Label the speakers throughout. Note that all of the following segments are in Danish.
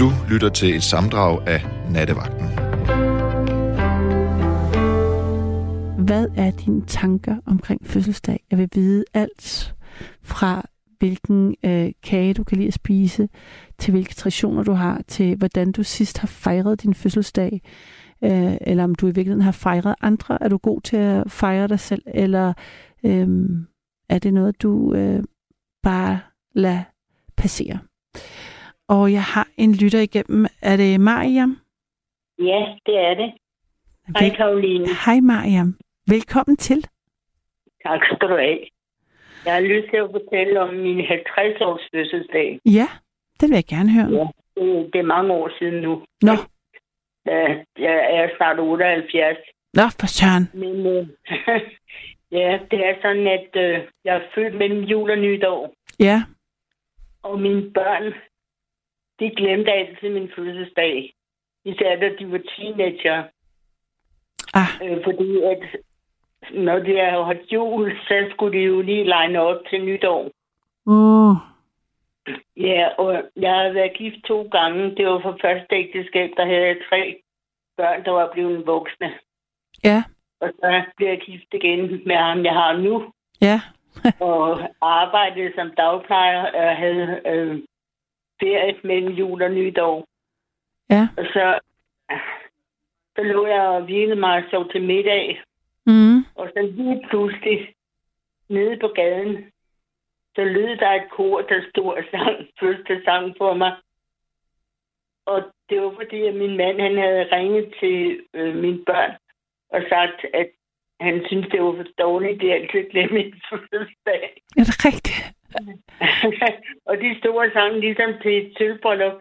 Speaker 1: Du lytter til et samdrag af Nattevagten.
Speaker 2: Hvad er dine tanker omkring fødselsdag? Jeg vil vide alt fra hvilken øh, kage du kan lide at spise, til hvilke traditioner du har, til hvordan du sidst har fejret din fødselsdag, øh, eller om du i virkeligheden har fejret andre. Er du god til at fejre dig selv, eller øh, er det noget, du øh, bare lader passere? Og jeg har en lytter igennem. Er det Mariam?
Speaker 3: Ja, det er det. Hej Karoline.
Speaker 2: Hej Mariam. Velkommen til.
Speaker 3: Tak skal du have. Jeg har lyst til at fortælle om min 50-års fødselsdag.
Speaker 2: Ja, den vil jeg gerne høre.
Speaker 3: Ja, det, det er mange år siden nu.
Speaker 2: Nå,
Speaker 3: Øh, Jeg er snart 78.
Speaker 2: nå for søren.
Speaker 3: Men øh, ja, det er sådan, at øh, jeg er født mellem jul og nytår.
Speaker 2: Ja,
Speaker 3: Og mine børn, de glemte altid min fødselsdag. Især da de var teenager.
Speaker 2: ah,
Speaker 3: Øh, fordi at når de har holdt jul, så skulle de jo lige line op til nytår.
Speaker 2: uh,
Speaker 3: Ja, og jeg har været gift to gange. Det var for første ægteskab, der havde jeg tre børn, der var blevet voksne.
Speaker 2: ja,
Speaker 3: Og så blev jeg gift igen med ham, jeg har nu,
Speaker 2: ja,
Speaker 3: og arbejdede som dagplejer og havde øh, ferie mellem jul og nytår.
Speaker 2: ja.
Speaker 3: Og så, så lå jeg og hvilede mig og sov til middag,
Speaker 2: Mm.
Speaker 3: og så lige pludselig, nede på gaden, så lød der et kor, der stod og sang første sang for mig. Og det var fordi, at min mand han havde ringet til øh, mine børn og sagt, at han syntes, det var for dårligt, de altid glemte min fødselsdag.
Speaker 2: Er det rigtigt?
Speaker 3: og de stod og sang ligesom til et sølvbrøllup.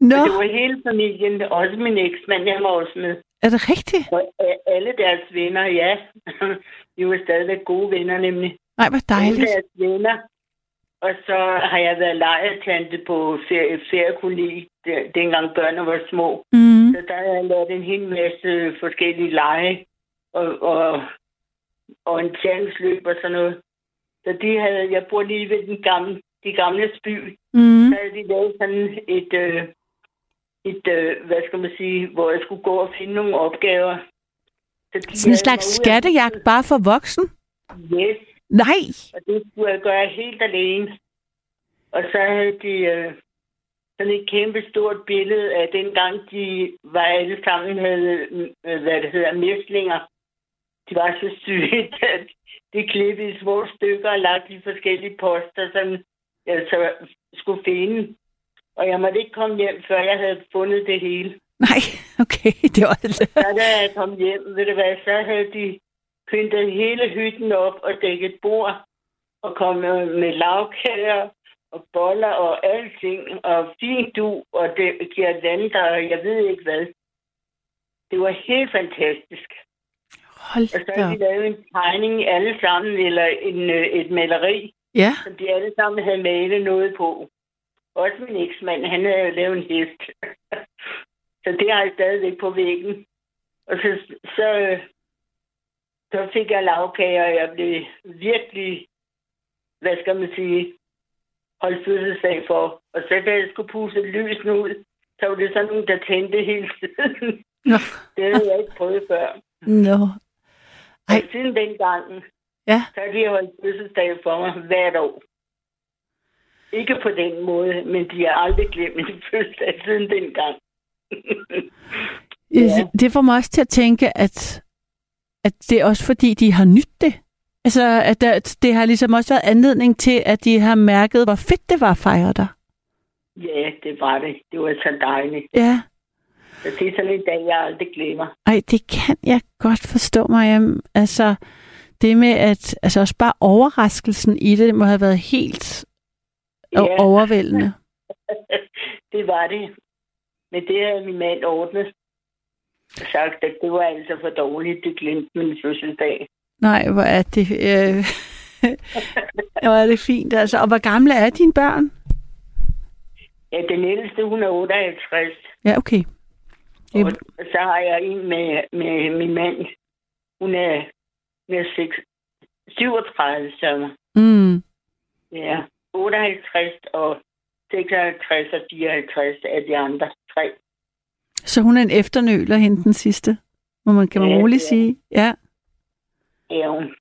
Speaker 2: Nå,
Speaker 3: Og det var hele familien, også min eksmand, jeg var også med.
Speaker 2: er det rigtigt?
Speaker 3: Og a- alle deres venner, ja. De var stadigvæk gode venner, nemlig.
Speaker 2: Nej, hvor
Speaker 3: Alle
Speaker 2: dejligt.
Speaker 3: deres venner. Og så har jeg været lejetante på ferie, feriekoloni, de- dengang børnene var små.
Speaker 2: Mm.
Speaker 3: Så der har jeg lavet en hel masse forskellige lege og, og orienteringsløb og sådan noget. Så de havde, jeg bor lige ved den gamle, de gamle by.
Speaker 2: Mm.
Speaker 3: Der havde de lavet sådan et, øh, et øh, hvad skal man sige, hvor jeg skulle gå og finde nogle opgaver. Så de
Speaker 2: Sådan en
Speaker 3: havde
Speaker 2: slags
Speaker 3: mig ud af-
Speaker 2: skattejagt bare for voksen?
Speaker 3: Yes.
Speaker 2: Nej.
Speaker 3: Og det skulle jeg gøre helt alene. Og så havde de øh, sådan et kæmpe stort billede af dengang, de var alle sammen havde, øh, hvad det hedder, mæslinger. De var så syge, at de klippede i små stykker og lagde de forskellige poster, som jeg så skulle finde. Og jeg måtte ikke komme hjem, før jeg havde fundet det hele.
Speaker 2: Nej, okay. Det var
Speaker 3: Så da jeg kom hjem, ved du hvad, så havde de pyntet hele hytten op og dækket bord og kommet med lavkager og boller og alting og fin du og det girlander og jeg ved ikke hvad. Det var helt fantastisk.
Speaker 2: Hold
Speaker 3: Og så
Speaker 2: da
Speaker 3: havde
Speaker 2: op.
Speaker 3: de lavet en tegning alle sammen, eller en, øh, et maleri,
Speaker 2: Ja,
Speaker 3: som de alle sammen havde malet noget på. Også min eksmand, han havde jo lavet en hest. så det har jeg stadigvæk på væggen. Og så, så, øh, så fik jeg lavkager, og jeg blev virkelig, hvad skal man sige, holdt fødselsdag for. Og så da jeg skulle pusse lysen ud, så var det sådan nogen, der tændte hele tiden.
Speaker 2: nå.
Speaker 3: det havde jeg ikke prøvet før.
Speaker 2: Nå.
Speaker 3: Og
Speaker 2: Ej.
Speaker 3: siden dengang,
Speaker 2: Ja.
Speaker 3: så har de holdt fødselsdag for mig hvert år. Ikke på den måde, men de har aldrig glemt min fødselsdag siden dengang.
Speaker 2: Ja. Øh, Det får mig også til at tænke, at, at det er også fordi, de har nyt det. Altså, at der, at det har ligesom også været anledning til, at de har mærket, hvor fedt det var at fejre dig.
Speaker 3: ja, det var det. Det var så dejligt.
Speaker 2: Ja.
Speaker 3: Så det er sådan en dag, jeg aldrig glemmer.
Speaker 2: Ej, det kan jeg godt forstå, Mariam. Altså, det med at, altså også bare overraskelsen i det, må have været helt yeah. overvældende.
Speaker 3: det var det. Men det havde min mand ordnet. Og sagt, at det var altså for dårligt, det glemte min fødselsdag.
Speaker 2: Nej, hvor er det, øh, hvor er det fint. Altså. Og hvor gamle er dine børn?
Speaker 3: Ja, den ældste, hun er 58.
Speaker 2: Ja, okay.
Speaker 3: Og
Speaker 2: Det,
Speaker 3: så har jeg en med, med min mand. Hun er, hun er 6, 37, så
Speaker 2: mm,
Speaker 3: ja, 58 og 56 og 54 af de andre tre.
Speaker 2: Så hun er en efternøler, hende den sidste. Må man, kan man
Speaker 3: Ja,
Speaker 2: roligt
Speaker 3: det er
Speaker 2: sige. Ja.
Speaker 3: Ja, hun-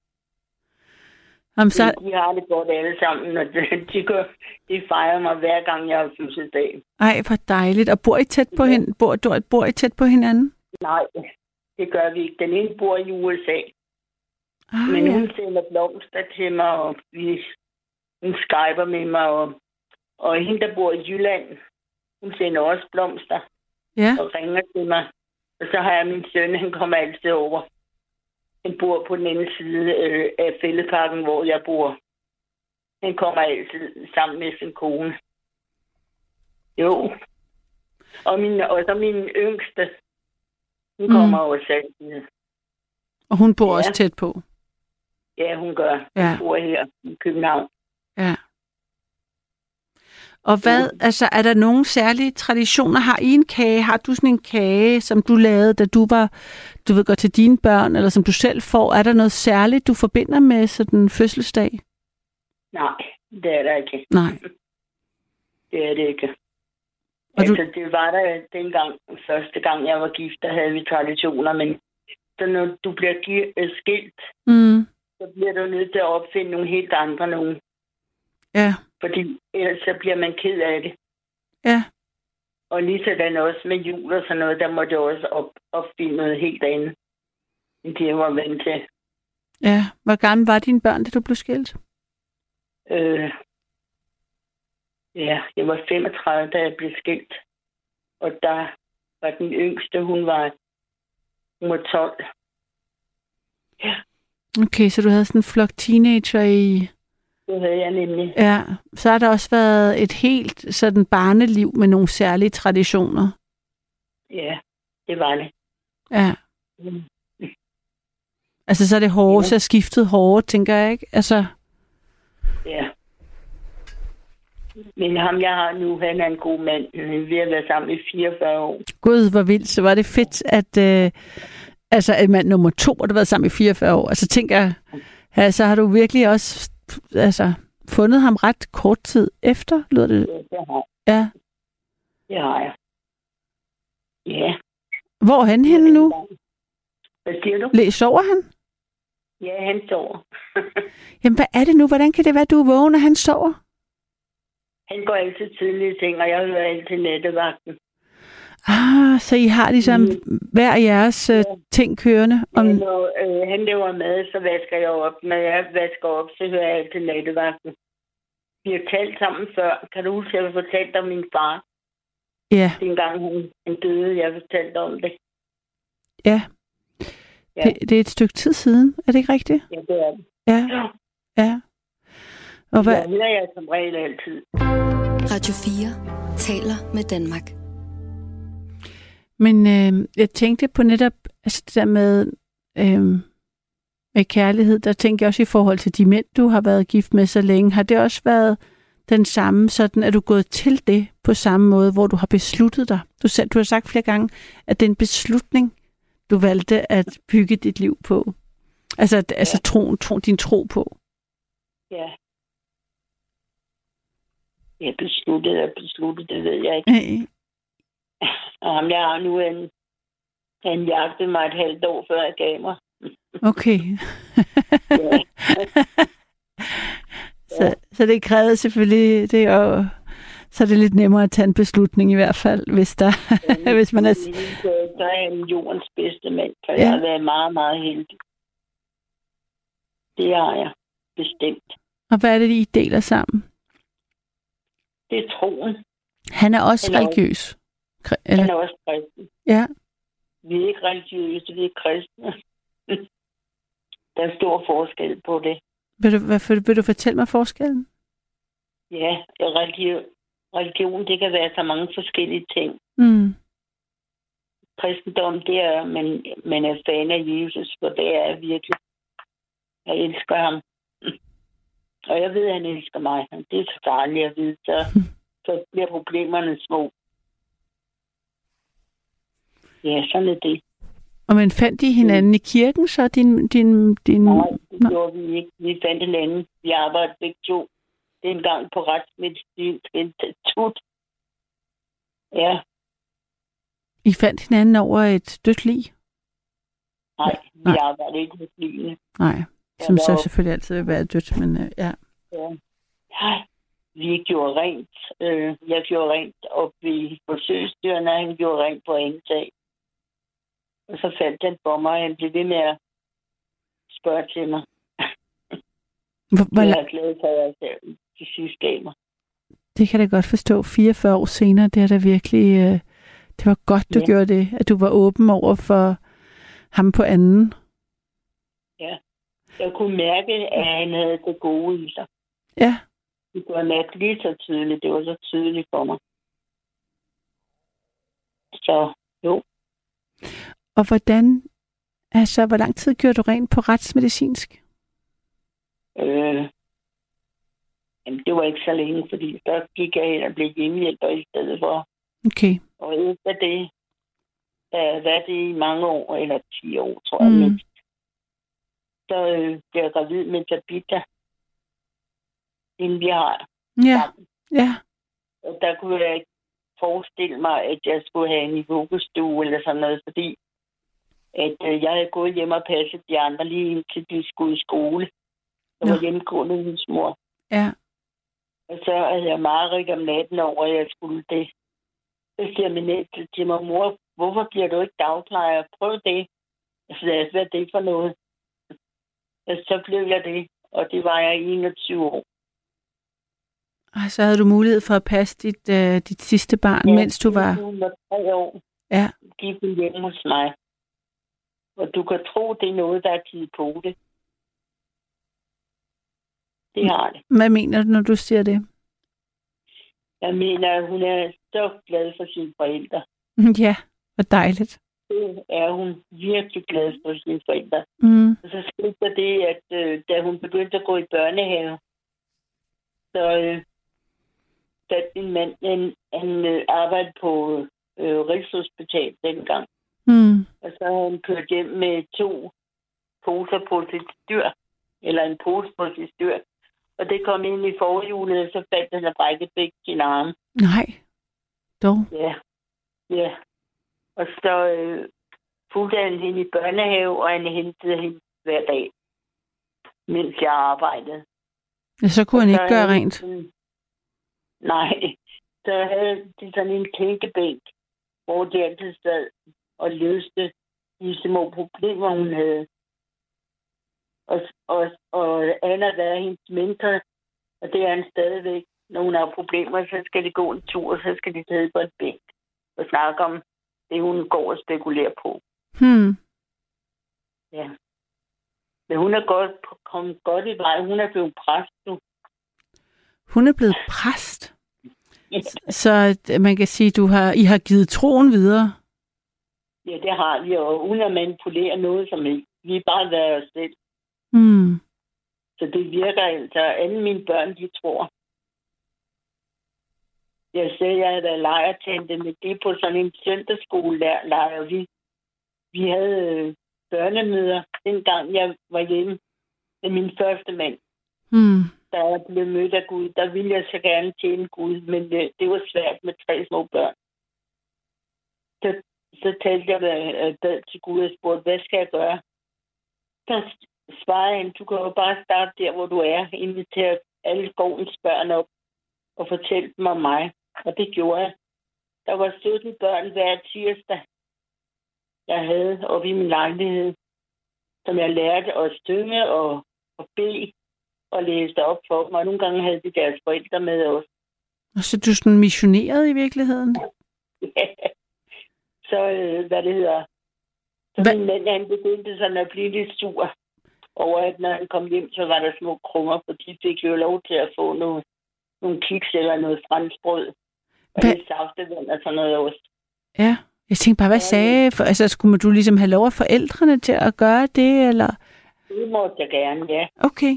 Speaker 2: Jamen,
Speaker 3: de,
Speaker 2: så,
Speaker 3: de har det godt alle sammen, og de, de, gør, de fejrer mig hver gang, jeg har fødselsdag.
Speaker 2: ej, hvor dejligt. Og bor I tæt på,
Speaker 3: Ja.
Speaker 2: hin, bor, du- bor I tæt på hinanden?
Speaker 3: Nej, det gør vi ikke. Den ene bor i USA,
Speaker 2: Ah,
Speaker 3: men
Speaker 2: ja.
Speaker 3: hun sender blomster til mig, og vi, hun skyper med mig. Og, og hende, der bor i Jylland, hun sender også blomster
Speaker 2: ja.
Speaker 3: og ringer til mig. Og så har jeg min søn, han kommer altid over. Han bor på den anden side øh, af fældeparken, hvor jeg bor. Han kommer altid sammen med sin kone. Jo. Og, min, og så min yngste, hun
Speaker 2: Mm.
Speaker 3: kommer også altid.
Speaker 2: Og hun bor
Speaker 3: Ja.
Speaker 2: også tæt på.
Speaker 3: Ja, hun gør. Hun
Speaker 2: Ja.
Speaker 3: bor her i København.
Speaker 2: Ja. Og hvad, altså er der nogle særlige traditioner? Har I en kage? Har du sådan en kage, som du lavede, da du var, du ved godt, til dine børn, eller som du selv får? Er der noget særligt, du forbinder med sådan en fødselsdag?
Speaker 3: Nej, det er der ikke.
Speaker 2: Nej.
Speaker 3: Det er det ikke.
Speaker 2: Og du-
Speaker 3: Altså, det var der dengang, første gang jeg var gift, der havde vi traditioner, men så når du bliver gi- øh, skilt,
Speaker 2: Mm,
Speaker 3: så bliver du nødt til at opfinde nogle helt andre nogen,
Speaker 2: ja,
Speaker 3: fordi ellers så bliver man ked af det.
Speaker 2: ja.
Speaker 3: Og lige sådan også med jul og sådan noget, der må du også op, opfinde noget helt andet, end det jeg var vant til.
Speaker 2: Ja, hvor gamle var dine børn, da du blev skilt?
Speaker 3: Øh, ja, jeg var 35, da jeg blev skilt. Og der var den yngste, hun var, hun var 12.
Speaker 2: Okay, så du havde sådan en flok teenager i...
Speaker 3: Det havde jeg nemlig.
Speaker 2: Ja, så har der også været et helt sådan barneliv med nogle særlige traditioner.
Speaker 3: Ja, det var det.
Speaker 2: Ja,
Speaker 3: Mm.
Speaker 2: altså så er det hårde,
Speaker 3: Ja.
Speaker 2: så er skiftet hårde, tænker jeg, ikke? Altså,
Speaker 3: Ja. Men ham, jeg har nu, han er en god mand. Vi har været sammen i 44 år.
Speaker 2: Gud, hvor vildt. Så var det fedt, at, øh, altså, at mand nummer to, og du har været sammen i 44 år. Altså tænker jeg, ja, så har du virkelig også altså, fundet ham ret kort tid efter, lyder det.
Speaker 3: Ja, det har,
Speaker 2: Ja.
Speaker 3: det har jeg. Ja.
Speaker 2: Hvor er han henne nu?
Speaker 3: Hvad siger du?
Speaker 2: Læs sover han?
Speaker 3: Ja, han sover.
Speaker 2: Jamen, hvad er det nu? Hvordan kan det være, at du er vågen, og han sover?
Speaker 3: Han går altid tidligt i seng, og jeg hører altid nattevagten.
Speaker 2: Ah, så I har ligesom hver jeres øh, ting kørende. Om,
Speaker 3: Men når øh, han laver mad, så vasker jeg op. Når jeg vasker op, så hører jeg altid nattevagten. Vi har talt sammen før. Kan du huske, at jeg fortalte om min far,
Speaker 2: ja,
Speaker 3: dengang han, han døde? Jeg fortalte om det.
Speaker 2: ja.
Speaker 3: Ja.
Speaker 2: Det, det er et stykke tid siden, er det ikke rigtigt?
Speaker 3: Ja, det er det.
Speaker 2: Ja,
Speaker 3: Ja.
Speaker 2: ja. Og hvad,
Speaker 3: Jeg hører jeg som regel altid.
Speaker 4: Radio 4 taler med Danmark.
Speaker 2: Men øh, jeg tænkte på netop altså det der med, øh, med kærlighed, der tænker jeg også i forhold til de mænd, du har været gift med så længe. Har det også været den samme, sådan er du gået til det på samme måde, hvor du har besluttet dig? Du, selv, du har sagt flere gange, at det er en beslutning, du valgte at bygge dit liv på. Altså, ja. altså troen, tro, din tro på.
Speaker 3: Ja. Jeg besluttede og besluttede, det ved jeg ikke.
Speaker 2: Øh,
Speaker 3: Og ham, jeg har nu, han, han jagtede mig et halvt år, før jeg gav mig.
Speaker 2: Okay.
Speaker 3: Ja.
Speaker 2: så, så det krævede selvfølgelig, det er jo, så er det lidt nemmere at tage en beslutning i hvert fald, hvis, der, hvis man er,
Speaker 3: Så er han jordens bedste mand, for
Speaker 2: Ja.
Speaker 3: ja. jeg har været meget, meget heldig. Det har jeg bestemt.
Speaker 2: Og hvad er det, I deler sammen?
Speaker 3: Det er troen.
Speaker 2: Han er også
Speaker 3: Eller-
Speaker 2: religiøs. Kri-
Speaker 3: Han
Speaker 2: Eller,
Speaker 3: er også kristen.
Speaker 2: ja,
Speaker 3: Vi er ikke religiøse, vi er kristne. Der er stor forskel på det.
Speaker 2: vil du, hvad, for- vil du fortælle mig forskellen?
Speaker 3: Ja, religion, religion, det kan være så mange forskellige ting.
Speaker 2: Mm.
Speaker 3: Kristendom, det er, man, man er fan af Jesus, for det er jeg virkelig. Jeg elsker ham. Og jeg ved, at han elsker mig. Det er så dejligt at vide, så, så bliver problemerne små. Ja, sådan er det.
Speaker 2: Og men fandt I
Speaker 3: Mm.
Speaker 2: hinanden i kirken, så din... din, din
Speaker 3: Nej, det gjorde vi ikke. Vi fandt en anden. Vi arbejdede begge to dengang på Retsmedicinsk Institut. Ja,
Speaker 2: I fandt hinanden over et dødt lig?
Speaker 3: nej, vi
Speaker 2: Nej.
Speaker 3: arbejdede ikke med flyene.
Speaker 2: Nej,
Speaker 3: Ja,
Speaker 2: som
Speaker 3: der
Speaker 2: så
Speaker 3: var-
Speaker 2: selvfølgelig altid vil være dødt, men øh, ja.
Speaker 3: Ja. Nej, vi gjorde rent. Øh, jeg gjorde rent op i forsøgsdyrene, og han gjorde rent på en sag. Og så faldt han for mig, og han blev ved med at spørge til mig.
Speaker 2: Hvor, hvor,
Speaker 3: Hvor
Speaker 2: ja.
Speaker 3: jeg er glad for, at jeg de sidste af mig.
Speaker 2: Det kan jeg da godt forstå. 44 år senere, det er da virkelig... Øh, det var godt, du
Speaker 3: Ja.
Speaker 2: gjorde det, at du var åben over for ham på anden.
Speaker 3: Jeg kunne mærke, at han havde det gode i sig.
Speaker 2: Ja,
Speaker 3: Det kunne jeg mærke lige så tydeligt. Det var så tydeligt for mig. Så
Speaker 2: og hvordan... Altså, hvor lang tid gjorde du rent på retsmedicinsk?
Speaker 3: øh, jamen, det var ikke så længe, fordi så gik jeg hen og blev hjemmehjælper i stedet for.
Speaker 2: Okay.
Speaker 3: Og efter det, der har jeg været det i mange år, eller 10 år, tror jeg
Speaker 2: Mm.
Speaker 3: mm. mindst. Så øh, blev jeg gravid med Tabitha, inden vi har
Speaker 2: Ja, ja.
Speaker 3: Og der kunne jeg ikke forestille mig, at jeg skulle have en i vuggestue eller sådan noget, fordi at øh, jeg havde gået hjem og passet de andre lige indtil de skulle i skole. Jeg var
Speaker 2: Nå.
Speaker 3: hjemmegående hos mor.
Speaker 2: Ja,
Speaker 3: Og så havde jeg mareridt om natten over, at jeg skulle det. Så siger min ældste til mig, mor, hvorfor bliver du ikke dagplejer? Prøv det. Jeg sagde, hvad er det for noget? Og så blev jeg det, og det var jeg i 21 år.
Speaker 2: og så havde du mulighed for at passe dit, øh, dit sidste barn, ja, mens du var...
Speaker 3: Hun var tre år.
Speaker 2: Ja.
Speaker 3: Gik hun hjemme hos mig. Og du kan tro, det er noget, der er tid på det. Det har det.
Speaker 2: Hvad mener du, når du siger det?
Speaker 3: Jeg mener, at hun er så glad for sine forældre.
Speaker 2: Ja, hvor dejligt.
Speaker 3: Det er hun virkelig glad for sine forældre.
Speaker 2: Mm.
Speaker 3: Og så skete der det, at øh, da hun begyndte at gå i børnehave, så øh, da min mand han, han øh, arbejdede på øh, Rigshospitalet dengang,
Speaker 2: Mm.
Speaker 3: Og så har hun kørt hjem med to poser på sit dyr, eller en pose på sit dyr. Og det kom ind i forhjulet, og så faldt han og brækkede begge sine arme.
Speaker 2: Nej, dog.
Speaker 3: Ja. Ja. Og så øh, fulgte han hende i børnehave, og han hentede hende hver dag, mens jeg arbejdede.
Speaker 2: Ja, så kunne han
Speaker 3: Så
Speaker 2: ikke gøre
Speaker 3: havde de
Speaker 2: rent.
Speaker 3: sådan- Nej, så havde de sådan en kænkebænk, hvor de altid sad og løste de små problemer, hun havde. Og, og, og Anna der er hendes mentor, og det er han stadigvæk. Når hun har problemer, så skal de gå en tur, og så skal de sidde på et bænk og snakke om det, hun går og spekulerer på.
Speaker 2: Hmm.
Speaker 3: Ja. Men hun er godt, kommet godt i vej. Hun er blevet præst nu.
Speaker 2: Hun er blevet præst.
Speaker 3: Ja.
Speaker 2: Så at man kan sige, du har, I har givet troen videre.
Speaker 3: Ja, det har vi, og uden at manipulere noget som helst. Vi er bare været os selv,
Speaker 2: Mm.
Speaker 3: så det virker altså. Alle mine børn, de tror. Jeg sagde, jeg havde været lejertante, men det er på sådan en søndagsskole, der leger vi. Vi havde øh, børnemøder, dengang jeg var hjemme med min første mand,
Speaker 2: Mm.
Speaker 3: da jeg blev mødt af Gud. Der ville jeg så gerne tjene Gud, men det, det var svært med tre små børn. Så så talte jeg med øh, bad til Gud og spurgte, hvad skal jeg gøre? Der s- svarede han, du kan jo bare starte der, hvor du er, invitere alle gårdens børn op og fortælle dem om mig. Og det gjorde jeg. Der var 17 børn hver tirsdag, jeg havde oppe i min lejlighed, som jeg lærte at synge og, og bede og læste op for dem. Og nogle gange havde de deres forældre med også.
Speaker 2: Og så er du sådan missioneret i virkeligheden.
Speaker 3: så, øh, hvad det hedder, så
Speaker 2: Hvad-
Speaker 3: min mand, han begyndte sådan at blive lidt sur over, at når han kom hjem, så var der små krummer, for de fik jo lov til at få nogle, nogle kiks eller noget fransk brød. Og
Speaker 2: Hvad-
Speaker 3: lidt saftevand og sådan noget også.
Speaker 2: Ja. Jeg tænkte bare, hvad
Speaker 3: Ja,
Speaker 2: sagde... For, altså, skulle du ligesom have lov af forældrene til at gøre det, eller...
Speaker 3: Det måtte jeg gerne, ja.
Speaker 2: Okay.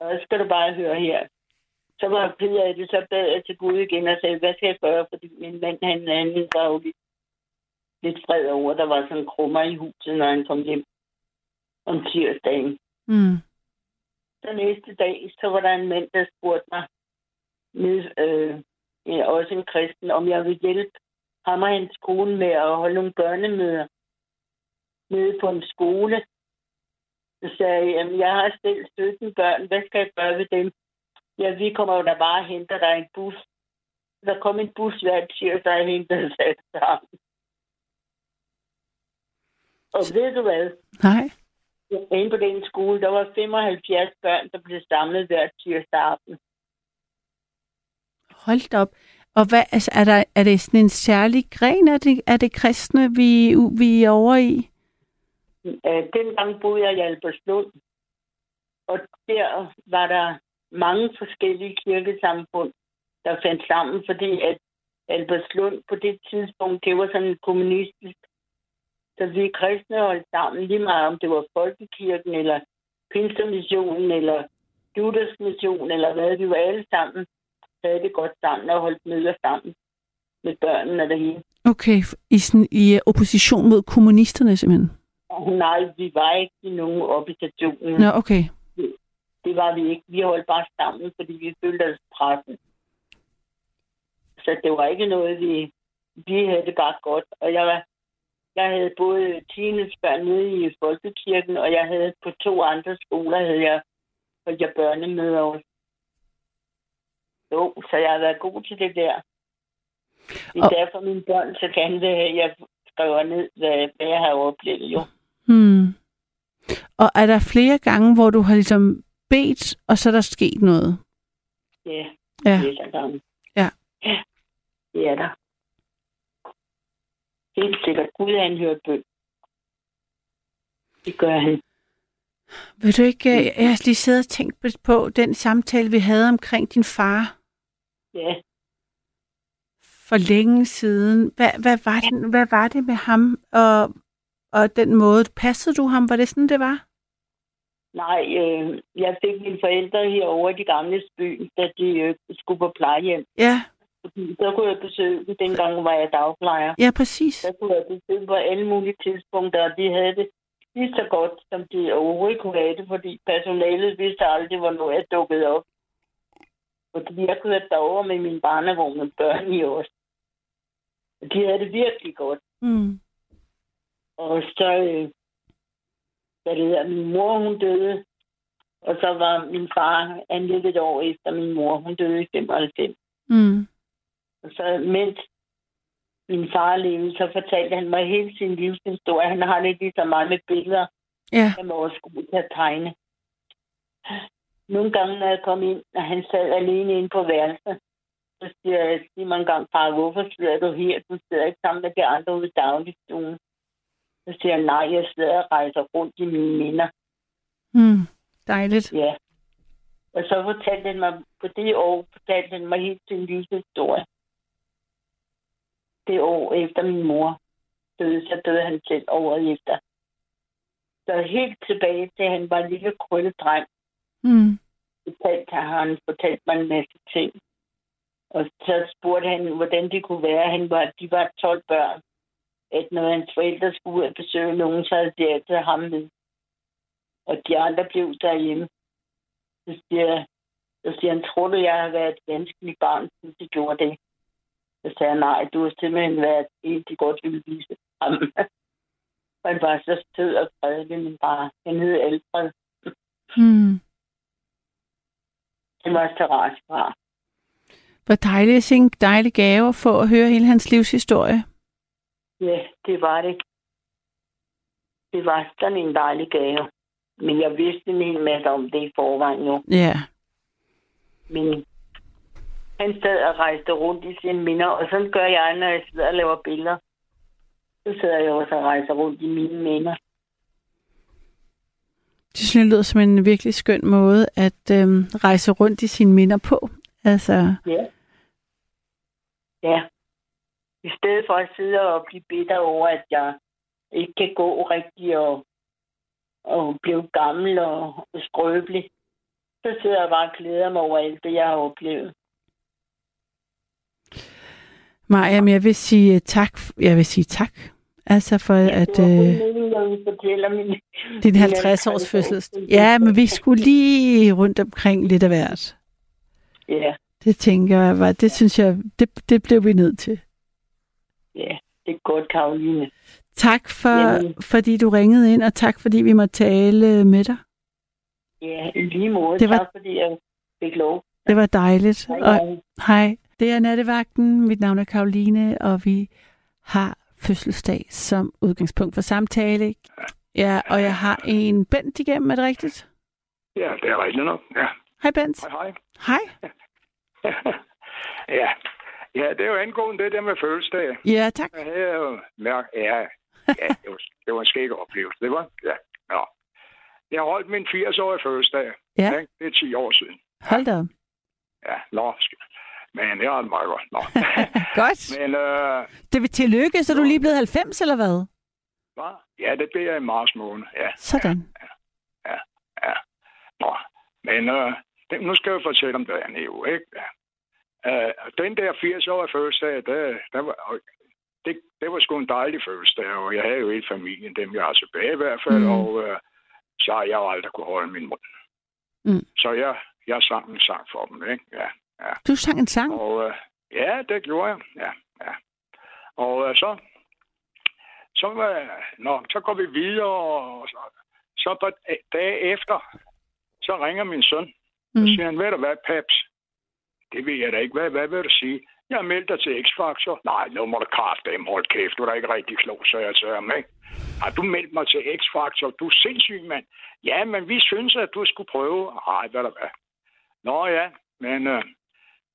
Speaker 3: Og så skal du bare høre her. Så var jeg ked af det, så bad jeg til Gud igen og sagde, hvad skal jeg gøre? Fordi min mand, han, han var jo lidt, lidt fred over, der var sådan krummer i huset, når han kom hjem om tirsdagen.
Speaker 2: Mm.
Speaker 3: den næste dag, så var der en mand, der spurgte mig, med øh, ja, også en kristen, om jeg vil hjælpe ham og hans kone med at holde nogle børnemøder nede på en skole. Så sagde jeg, jamen, jeg har selv 17 børn, hvad skal jeg gøre ved dem? Ja, vi kommer jo da bare og henter dig en bus. Der kom en bus hver tirsdag, og jeg hentede os alle sammen. Og ved du hvad?
Speaker 2: Nej.
Speaker 3: Inde på den skole, der var 75 børn, der blev samlet hver tirsdag aften.
Speaker 2: Hold da op. Og hvad, altså, er, der, er det sådan en særlig gren? Er det, er det kristne, vi, vi er over i?
Speaker 3: Øh, dengang boede jeg i Alberslund, og der var der mange forskellige kirkesamfund, der fandt sammen, fordi at Alberslund på det tidspunkt, det var sådan en kommunistisk, så vi kristne holdt sammen lige meget, om det var Folkekirken, eller Pinsemissionen, eller Luthers mission, eller hvad, vi var alle sammen, havde det godt sammen og holdt møder sammen med børnene og det hele.
Speaker 2: Okay, f- i, sådan, i øh, opposition mod kommunisterne simpelthen.
Speaker 3: Og nej, vi var ikke i nogen opposition.
Speaker 2: Nå, okay.
Speaker 3: Det var vi ikke. Vi holdt bare sammen, fordi vi følte os pressen. Så det var ikke noget, vi... Vi havde det bare godt. Og jeg, var, jeg havde både teenagebørn nede i Folkekirken, og jeg havde på to andre skoler, havde jeg, holdt jeg børnemøder også. Jo, så jeg har været god til det der. Det er
Speaker 2: Og-
Speaker 3: og... derfor mine børn så gerne vil have, at jeg skriver ned, hvad, hvad jeg har oplevet jo.
Speaker 2: Hmm. Og er der flere gange, hvor du har ligesom bedt, og så er der sket noget?
Speaker 3: Ja,
Speaker 2: Ja.
Speaker 3: det er der gammel.
Speaker 2: Ja.
Speaker 3: Ja, det er der. Helt sikkert. Gud, han hører bøn. Det gør han.
Speaker 2: Vil du ikke, øh, jeg har lige siddet og tænkt på den samtale, vi havde omkring din far
Speaker 3: Ja.
Speaker 2: for længe siden. Hvad, hvad, var, det, hvad var det med ham, og, og den måde, passede du ham? Var det sådan, det var?
Speaker 3: Nej, øh, jeg fik mine forældre herovre i de gamle by, da de øh, skulle på plejehjem.
Speaker 2: Ja,
Speaker 3: Fordi Så kunne jeg besøge dem. Dengang var jeg dagplejer.
Speaker 2: ja præcis.
Speaker 3: Så kunne jeg besøge dem på alle mulige tidspunkter, og de havde det lige så godt, som de overhovedet kunne have det, fordi personalet vidste aldrig, hvornår jeg dukkede op. Fordi jeg kørte derover med min barnevogn med børn i år. De havde det virkelig godt.
Speaker 2: Mm.
Speaker 3: Og så, øh, da det hedder, min mor, hun døde, og så var min far, han levede et år efter min mor, hun døde i 95.
Speaker 2: Mm.
Speaker 3: Og så mens min far levede, så fortalte han mig hele sin livshistorie. Han har det lige så meget med billeder,
Speaker 2: Ja,
Speaker 3: han var også god til at tegne. Nogle gange, når jeg kom ind, og han sad alene inde på værelset, så siger jeg siger mig en gang, far, hvorfor sidder du her? Du sidder ikke sammen med de andre ude i dagligstuen. Så siger jeg, nej, jeg sidder og rejser rundt i mine minder.
Speaker 2: mm. dejligt.
Speaker 3: Ja. Og så fortalte han mig, på det år fortalte han mig helt sin livshistorie. Det år efter min mor døde, så døde han selv året efter. Så helt tilbage til, at han var en lille krøllet dreng,
Speaker 2: Mm.
Speaker 3: fortalte han, han fortalte mig en masse ting. Og så spurgte han, hvordan det kunne være, han var, de var 12 børn. At når hans forældre skulle ud og besøge nogen, så havde de altid ham med. Og de andre blev derhjemme. Så siger, jeg- så siger han, tror du, jeg har været et vanskeligt barn, siden de gjorde det? Så sagde han, nej, du har simpelthen været en, de godt ville vise ham. Og han var så sød og fredelig, men bare, han hed Alfred.
Speaker 2: Mm.
Speaker 3: Han var så rart far.
Speaker 2: Hvor dejligt at se en dejlig gave at få at høre hele hans livshistorie.
Speaker 3: Ja, det var det. Det var sådan en dejlig gave. Men jeg vidste en hel masse om det i forvejen jo.
Speaker 2: Ja,
Speaker 3: Men han sad og rejste rundt i sine minder, og sådan gør jeg, når jeg sidder og laver billeder. Så sidder jeg også og rejser rundt i mine minder.
Speaker 2: det synes jeg lyder som en virkelig skøn måde at øhm, rejse rundt i sine minder på. Altså,
Speaker 3: Ja. Ja. I stedet for at sidde og blive bitter over, at jeg ikke kan gå rigtig og, og blive gammel og, og skrøbelig, så sidder jeg bare og glæder mig over alt det, jeg har oplevet.
Speaker 2: Maja, men jeg vil sige øh, tak. Jeg vil sige tak. Altså for at øh,
Speaker 3: det var kun meningen, at vi fortæller min...
Speaker 2: din
Speaker 3: min
Speaker 2: 50 års
Speaker 3: 50-års
Speaker 2: fødselsdag. Ja, men vi skulle lige rundt omkring lidt af hvert.
Speaker 3: Ja,
Speaker 2: Det tænker jeg, var, det synes jeg, det, det blev vi nødt til.
Speaker 3: Ja, det er godt, Karoline.
Speaker 2: Tak for,
Speaker 3: Jamen.
Speaker 2: fordi du ringede ind, og tak fordi vi måtte tale med dig.
Speaker 3: Ja, i lige måde.
Speaker 2: Det
Speaker 3: Det
Speaker 2: var-
Speaker 3: var... Tak, fordi jeg fik lov.
Speaker 2: Det var dejligt.
Speaker 3: Hej,
Speaker 2: Og,
Speaker 3: hej.
Speaker 2: hej, det er Nattevagten. Mit navn er Karoline, og vi har fødselsdag som udgangspunkt for samtale. Ja, og jeg har en Bent igennem, er det rigtigt?
Speaker 5: Ja, det er rigtigt nok. Ja,
Speaker 2: Hej Bent.
Speaker 5: hej hej.
Speaker 2: Hej.
Speaker 5: ja. ja, det er jo angående det der med fødselsdag.
Speaker 2: Ja, tak.
Speaker 5: Jeg havde jo mærke, ja, ja det, var, det var en skæg oplevelse. Det var, ja, nå. Jeg holdt min 80-årige fødselsdag.
Speaker 2: Ja.
Speaker 5: ikke? Det er 10 år siden.
Speaker 2: Hold da op.
Speaker 5: Ja, nå. sk- Men jeg har det meget godt. Nå.
Speaker 2: Godt.
Speaker 5: Men, øh,
Speaker 2: Det vil tillykke, så er du lige blevet 90, eller hvad?
Speaker 5: hvad? ja, det bliver jeg i marts måned. Ja,
Speaker 2: Sådan.
Speaker 5: nå. Men øh, det, nu skal jeg fortælle om det andet jo, ikke? Ja. Øh, den der 80-årige fødselsdag, det, det, var, og det, det var sgu en dejlig fødselsdag, og jeg havde jo hele familien, dem jeg har tilbage i hvert fald,
Speaker 2: Mhm.
Speaker 5: mm. og øh, så har jeg jo aldrig kunne holde min mund.
Speaker 2: Mm.
Speaker 5: Så jeg, jeg sang en sang for dem, ikke? Ja.
Speaker 2: Du sang en sang.
Speaker 5: Og øh, ja, det gjorde jeg. Ja, ja. Og øh, så, så, øh, nå, så går vi videre, og så, så på dag efter, så ringer min søn, mm. og
Speaker 2: Mm.
Speaker 5: siger han, ved du hvad, paps? Det ved jeg da ikke. Hvad, hvad vil du sige? Jeg meldte dig til X-Factor. Nej, nu må du kraftedeme holde kæft. Du er da ikke rigtig klog, så jeg sagde ham, ikke? Har du meldt mig til X-Factor? Du er sindssyg, mand. Ja, men vi synes, at du skulle prøve. Ej, hvad der hvad. Nå ja, men øh,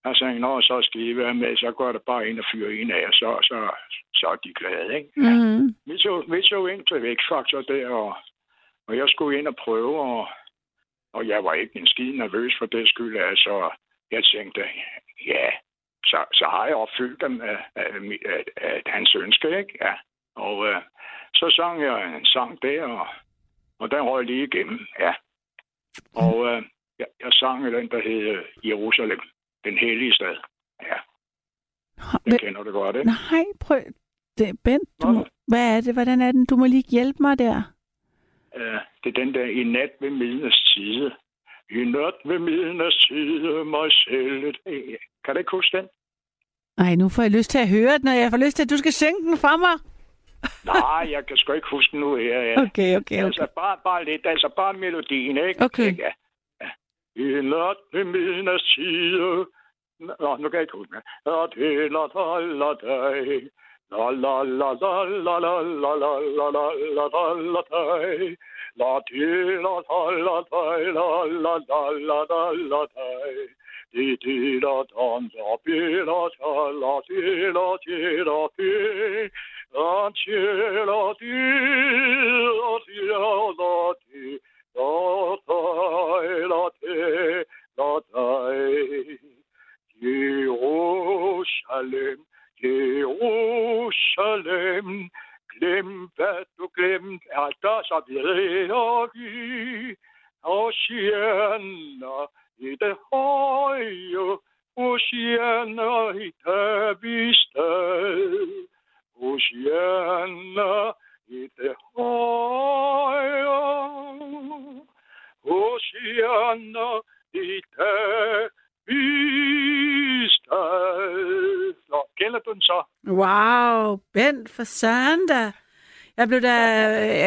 Speaker 5: jeg sagde, når så skal I være med, så går der bare ind og fyrer en af jer, så, så, så er de glade, ikke? Ja.
Speaker 2: Mm.
Speaker 5: Vi tog, vi tog ind til Vækstfaktor der, og, og jeg skulle ind og prøve, og, og jeg var ikke en skide nervøs for det skyld. Altså, jeg tænkte, ja, så, så har jeg opfyldt dem af, af, af, af hans ønske, ikke? Ja. Og øh, så sang jeg en sang der, og, og den røg lige igennem, ja. Og øh, jeg, jeg sang den, der hed øh, Jerusalem, den hellige stad. Ja,
Speaker 2: Hvem-
Speaker 5: det kender du godt, ikke?
Speaker 2: Nej, prøv. Det, Bent, du
Speaker 5: Nå.
Speaker 2: må, hvad er det? Hvordan er den? Du må lige hjælpe mig der.
Speaker 5: Øh, det er den der i nat ved midnatstid. I nat ved midnatstid, mig selv. et æ-". Kan du ikke huske den?
Speaker 2: Nej, nu får jeg lyst til at høre den, og jeg får lyst til, at du skal synge den for mig.
Speaker 5: Nej, jeg kan sgu ikke huske den nu her. Ja.
Speaker 2: Okay, okay, okay.
Speaker 5: Altså bare, bare lidt, altså bare melodien, ikke?
Speaker 2: Okay.
Speaker 5: Ja. Ja. I nat ved midnatstid. Nå, nu kan jeg ikke huske den. Og det la la la dig. La la la la la la la la la la la la la dig. La det la la la dig. La la la la la la dig. Det det la don la bi la ta la det la det la det. La det la det la det la det. La dig la det la dig. Jerusalem, Jerusalem, glem hvad du glemt, er der så virker vi, og stjerner i det høje, og stjerner i det sted, og stjerner i det høje, og stjerner i det Isdal. Nå, kender du den så?
Speaker 2: Wow, Bent for søren da. Jeg blev da,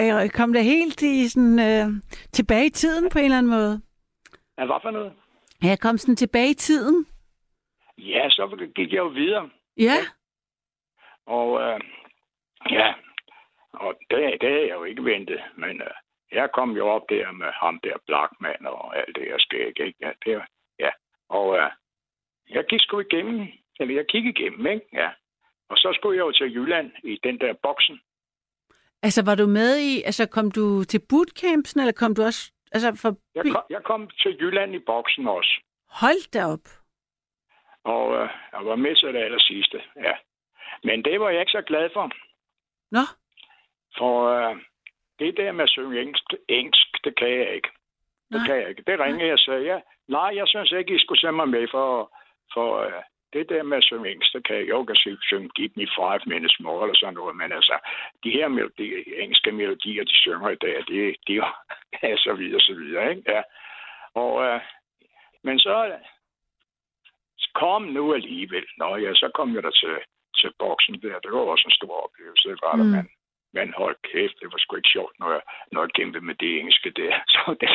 Speaker 2: jeg kom da helt i sådan, øh, tilbage i tiden på en eller anden måde.
Speaker 5: Ja, hvad for noget?
Speaker 2: Jeg kom sådan tilbage i tiden.
Speaker 5: Ja, så gik jeg jo videre.
Speaker 2: Ja,
Speaker 5: Og øh, ja, og det, det havde jeg jo ikke ventet. Men øh, jeg kom jo op der med ham der Blackman og alt det her skæg. Ikke? Ja, det, var- ja. Og øh, jeg gik sgu igennem. Eller jeg kiggede igennem, ikke? Ja. Og så skulle jeg jo til Jylland i den der boksen.
Speaker 2: altså var du med i, altså kom du til bootcampsen, eller kom du også, altså
Speaker 5: Jeg
Speaker 2: forbi?
Speaker 5: kom, jeg kom til Jylland i boksen også.
Speaker 2: Hold da op.
Speaker 5: Og øh, jeg var med til det aller sidste, ja. Men det var jeg ikke så glad for,
Speaker 2: Nå,
Speaker 5: for øh, det der med at synge engelsk, engelsk, det kan jeg ikke. Det
Speaker 2: Nej.
Speaker 5: kan jeg ikke. Det ringede jeg og sagde, ja, nej, jeg synes ikke, I skulle sende mig med, for, for øh, det der med at synge engelsk, det kan jeg jo ikke sige, synge give me five minutes more, eller sådan noget, men altså, de her melodier, engelske melodier, de synger i dag, det, det er jo, ja, så videre, så videre, ikke? Ja. Og, øh, men så kom nu alligevel. Nå ja, så kom jeg der til, til boksen der. Det var også en stor oplevelse. Det var mm. der,
Speaker 2: Mm.
Speaker 5: men, men hold kæft, det var sgu ikke sjovt, når jeg, når jeg kæmpede med det engelske der. Så det,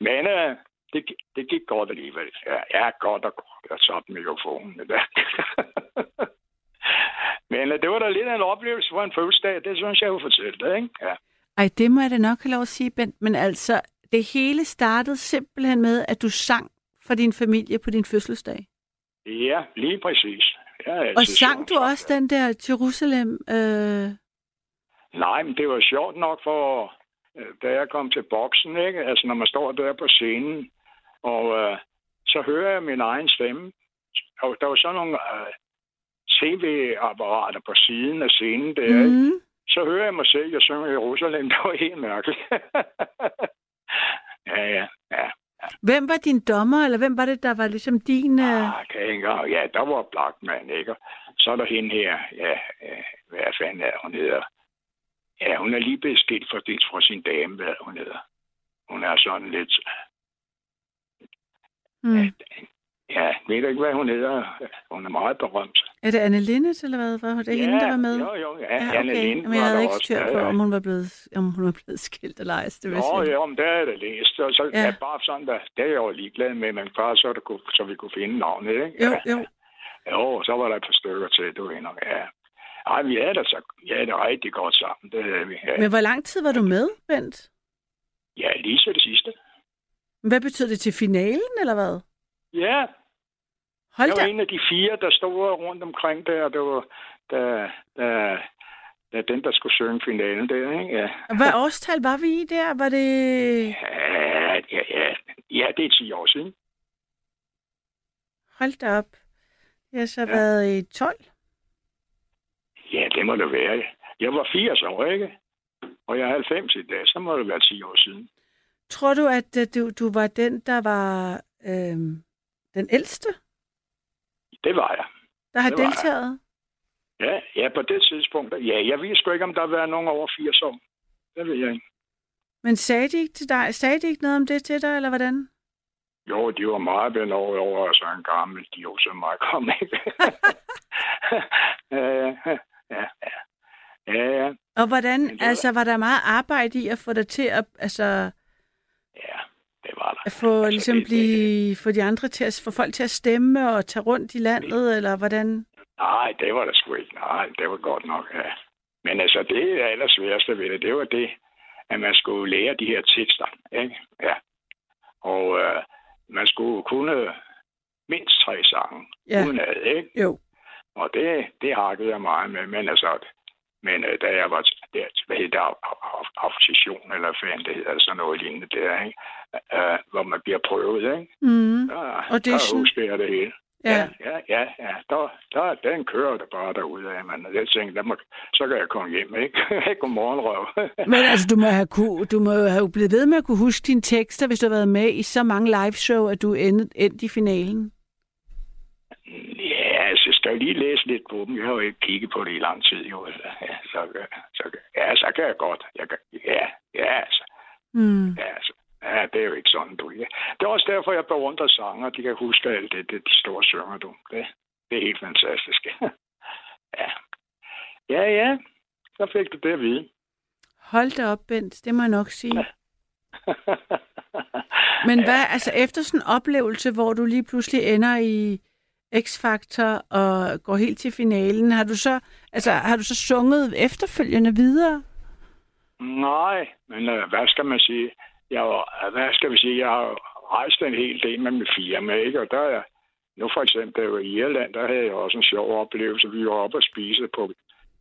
Speaker 5: men øh, det, gi- det gik godt alligevel. Ja, ja godt og godt. Jeg tabte mikrofonen der. men øh, det var da lidt af en oplevelse for en fødselsdag. Det synes jeg, jeg fortalte, ikke? Ja.
Speaker 2: Ej, det må jeg da nok have lov at sige, Bent. Men altså, det hele startede simpelthen med, at du sang for din familie på din fødselsdag.
Speaker 5: Ja, lige præcis. Ja,
Speaker 2: Og sang du også den der Jerusalem? Øh...
Speaker 5: Nej, men det var sjovt nok for, øh, da jeg kom til boksen, ikke? Altså, når man står der på scenen, og øh, så hører jeg min egen stemme. Og der var sådan nogle øh, tv-apparater på siden af scenen der, mm. ikke?
Speaker 2: Mm.
Speaker 5: Så hører jeg mig selv, jeg synger Jerusalem. Det var helt mærkeligt. ja, ja, ja.
Speaker 2: Hvem var din dommer, eller hvem var det, der var ligesom din... Øh...
Speaker 5: Ah, kan jeg ikke engang- Ja, der var Blackman, ikke? Og Så er der hende her. Ja, øh, hvad fanden er hun hedder? Ja, hun er lige blevet skilt fra, det, fra sin dame, hvad hun hedder. Hun er sådan lidt...
Speaker 2: Mm.
Speaker 5: Ja, ved du ikke, hvad hun hedder? Hun er meget berømt.
Speaker 2: Er det Anne Linnet, eller hvad? Var det
Speaker 5: ja,
Speaker 2: hende, der var med?
Speaker 5: Jo, jo, ja.
Speaker 2: Ja,
Speaker 5: Anne
Speaker 2: okay.
Speaker 5: Lind
Speaker 2: Jamen, jeg
Speaker 5: var
Speaker 2: havde
Speaker 5: der
Speaker 2: ikke
Speaker 5: også.
Speaker 2: styr
Speaker 5: Ja,
Speaker 2: på,
Speaker 5: ja.
Speaker 2: om hun var blevet, om hun var blevet skilt eller ej. så Det vil
Speaker 5: Nå,
Speaker 2: jeg
Speaker 5: ja, om det har jeg da læst. Og så
Speaker 2: Ja.
Speaker 5: ja. Ja, bare sådan, der, det er jeg jo ligeglad med, men bare så, det kunne, så vi kunne finde navnet, ikke?
Speaker 2: Jo,
Speaker 5: Ja.
Speaker 2: jo.
Speaker 5: Jo, så var der et par stykker til, du ved nok, ja. Ej, vi havde det, så, vi havde det rigtig godt sammen, det havde vi. Ja,
Speaker 2: Men hvor lang tid var du med, Bent?
Speaker 5: ja lige til det sidste.
Speaker 2: Hvad betød det til finalen, eller hvad?
Speaker 5: Ja,
Speaker 2: Hold
Speaker 5: jeg var
Speaker 2: da.
Speaker 5: en af de fire, der stod rundt omkring der, og det var da, da, da den, der skulle synge finalen der, ikke? Ja.
Speaker 2: Hvad årstal var vi i der? Var det...
Speaker 5: Ja, ja, ja. ja, det er 10 år siden.
Speaker 2: Hold da op. Jeg har så ja. været i 12.
Speaker 5: Ja, det må det være. Jeg var 80 år, ikke? Og jeg er 90 i dag, så må det være 10 år siden.
Speaker 2: Tror du, at øh, du, du var den, der var øhm, den ældste,
Speaker 5: Det var jeg.
Speaker 2: der har
Speaker 5: Det var jeg.
Speaker 2: deltaget?
Speaker 5: Ja, ja, på det tidspunkt. Ja, jeg ved sgu ikke, om der har været nogen over 80 år. Det ved jeg ikke.
Speaker 2: Men sagde de ikke til dig? Sagde de ikke noget om det til dig, eller hvordan?
Speaker 5: Jo, de var meget benådet over, at så en gammel de jo så meget kom, ikke? ja, ja, ja, ja, ja,
Speaker 2: Og hvordan,
Speaker 5: det var-
Speaker 2: altså, var der meget arbejde i at få dig til at, altså,
Speaker 5: ja, det var der.
Speaker 2: at få, altså,
Speaker 5: Altså,
Speaker 2: ligesom
Speaker 5: det- det-
Speaker 2: blive, få de andre til at, få folk til at stemme og tage rundt i landet, eller hvordan?
Speaker 5: Nej, det var der sgu ikke. Nej, det var godt nok, ja. Men altså, det er allersværeste ved det, det var det, at man skulle lære de her tekster, ikke? Ja. Og øh, man skulle kunne mindst tre sange
Speaker 2: Ja.
Speaker 5: ja. udenad, ikke?
Speaker 2: Jo.
Speaker 5: Og det, det hakkede jeg meget med, men altså, men øh, da jeg var der, hvad hedder det, opposition, eller hvad fanden det hedder, sådan noget lignende der, ikke? Øh, hvor man bliver prøvet, ikke?
Speaker 2: Mm.
Speaker 5: Der,
Speaker 2: Audition.
Speaker 5: der husker jeg det hele.
Speaker 2: Ja.
Speaker 5: ja, ja, ja. Der, der, den kører der bare derude af, men jeg tænkte, lad mig, så kan jeg komme hjem, ikke? Godmorgen, røv.
Speaker 2: Men altså, du må, have kunne, du må jo have blevet ved med at kunne huske dine tekster, hvis du har været med i så mange liveshow, at du endte, endte i finalen.
Speaker 5: ja, altså, jeg skal jo lige læse lidt på dem. Jeg har jo ikke kigget på det i lang tid, jo. Altså. Ja, så, kan- så, kan- ja, så kan jeg godt. Jeg kan, ja, ja, altså.
Speaker 2: Mm.
Speaker 5: Ja, altså. Ja, det er jo ikke sådan, du. Ja. Det er også derfor, jeg beundrer sanger. De kan huske alt det, det de store synger, du. Det, det er helt fantastisk. ja. Ja, ja. Så fik du det at vide.
Speaker 2: Hold da op, Bent, det må jeg nok sige. Men hvad, altså efter sådan en oplevelse, hvor du lige pludselig ender i X-Factor og går helt til finalen, har du så, altså, har du så sunget efterfølgende videre?
Speaker 5: Nej, men øh, hvad skal man sige? Jeg, var- øh, hvad skal vi sige? Jeg har jo rejst en hel del med mit firma, ikke? Og der er, nu for eksempel der var i Irland, der havde jeg også en sjov oplevelse. Vi var oppe og spise på,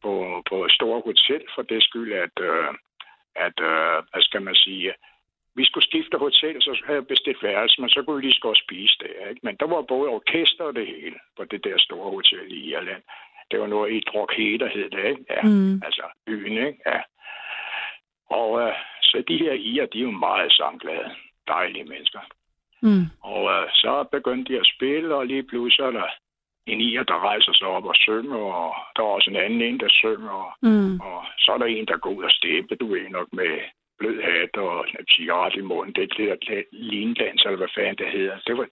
Speaker 5: på, på et stort hotel, for det skyld, at, øh, at øh, hvad skal man sige, vi skulle skifte hotel, så havde jeg bestilt værelse, men så kunne vi lige så godt spise der. Ikke? Men der var både orkester og det hele på det der store hotel i Irland. Det var noget i Drogheda, hed det, ikke? Ja,
Speaker 2: Mm.
Speaker 5: mm. altså byen, ikke? Ja. Og øh, så de her irer, de er jo meget sangglade. Dejlige mennesker.
Speaker 2: Mm.
Speaker 5: Og øh, så begyndte de at spille, og lige pludselig så er der en irer, der rejser sig op og synger, og der er også en anden en, der synger, og
Speaker 2: Mm.
Speaker 5: og så er der en, der går ud og stæppe, du ved nok, med blød hat og en cigaret i munden. Det er det der lindlands, eller hvad fanden det hedder. Det var,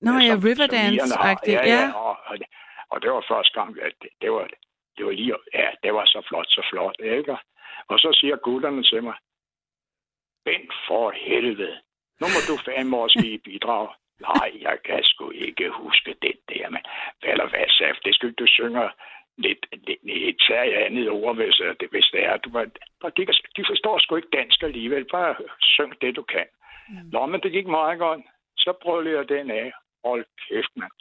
Speaker 2: Nå
Speaker 5: øh,
Speaker 2: ja,
Speaker 5: som- som
Speaker 2: Riverdance-agtigt,
Speaker 5: pigerne har. Ja,
Speaker 2: ja.
Speaker 5: ja. Og, og, det- og det var første gang, at det, det var det var lige, ja, det var så flot, så flot, ikke? Og så siger gutterne til mig, Bent for helvede, nu må du fandme også give bidrag. Nej, jeg kan sgu ikke huske det der, men vel og hvad, Saf, det skal ikke, du synger lidt, lidt, lidt særligt andet ord, hvis, øh, det, hvis det er. Du, var- og de, kan- de forstår sgu ikke dansk alligevel, bare syng det, du kan. Mm. Nå, men det gik meget godt. Så prøvede jeg den af. Hold kæft, mand.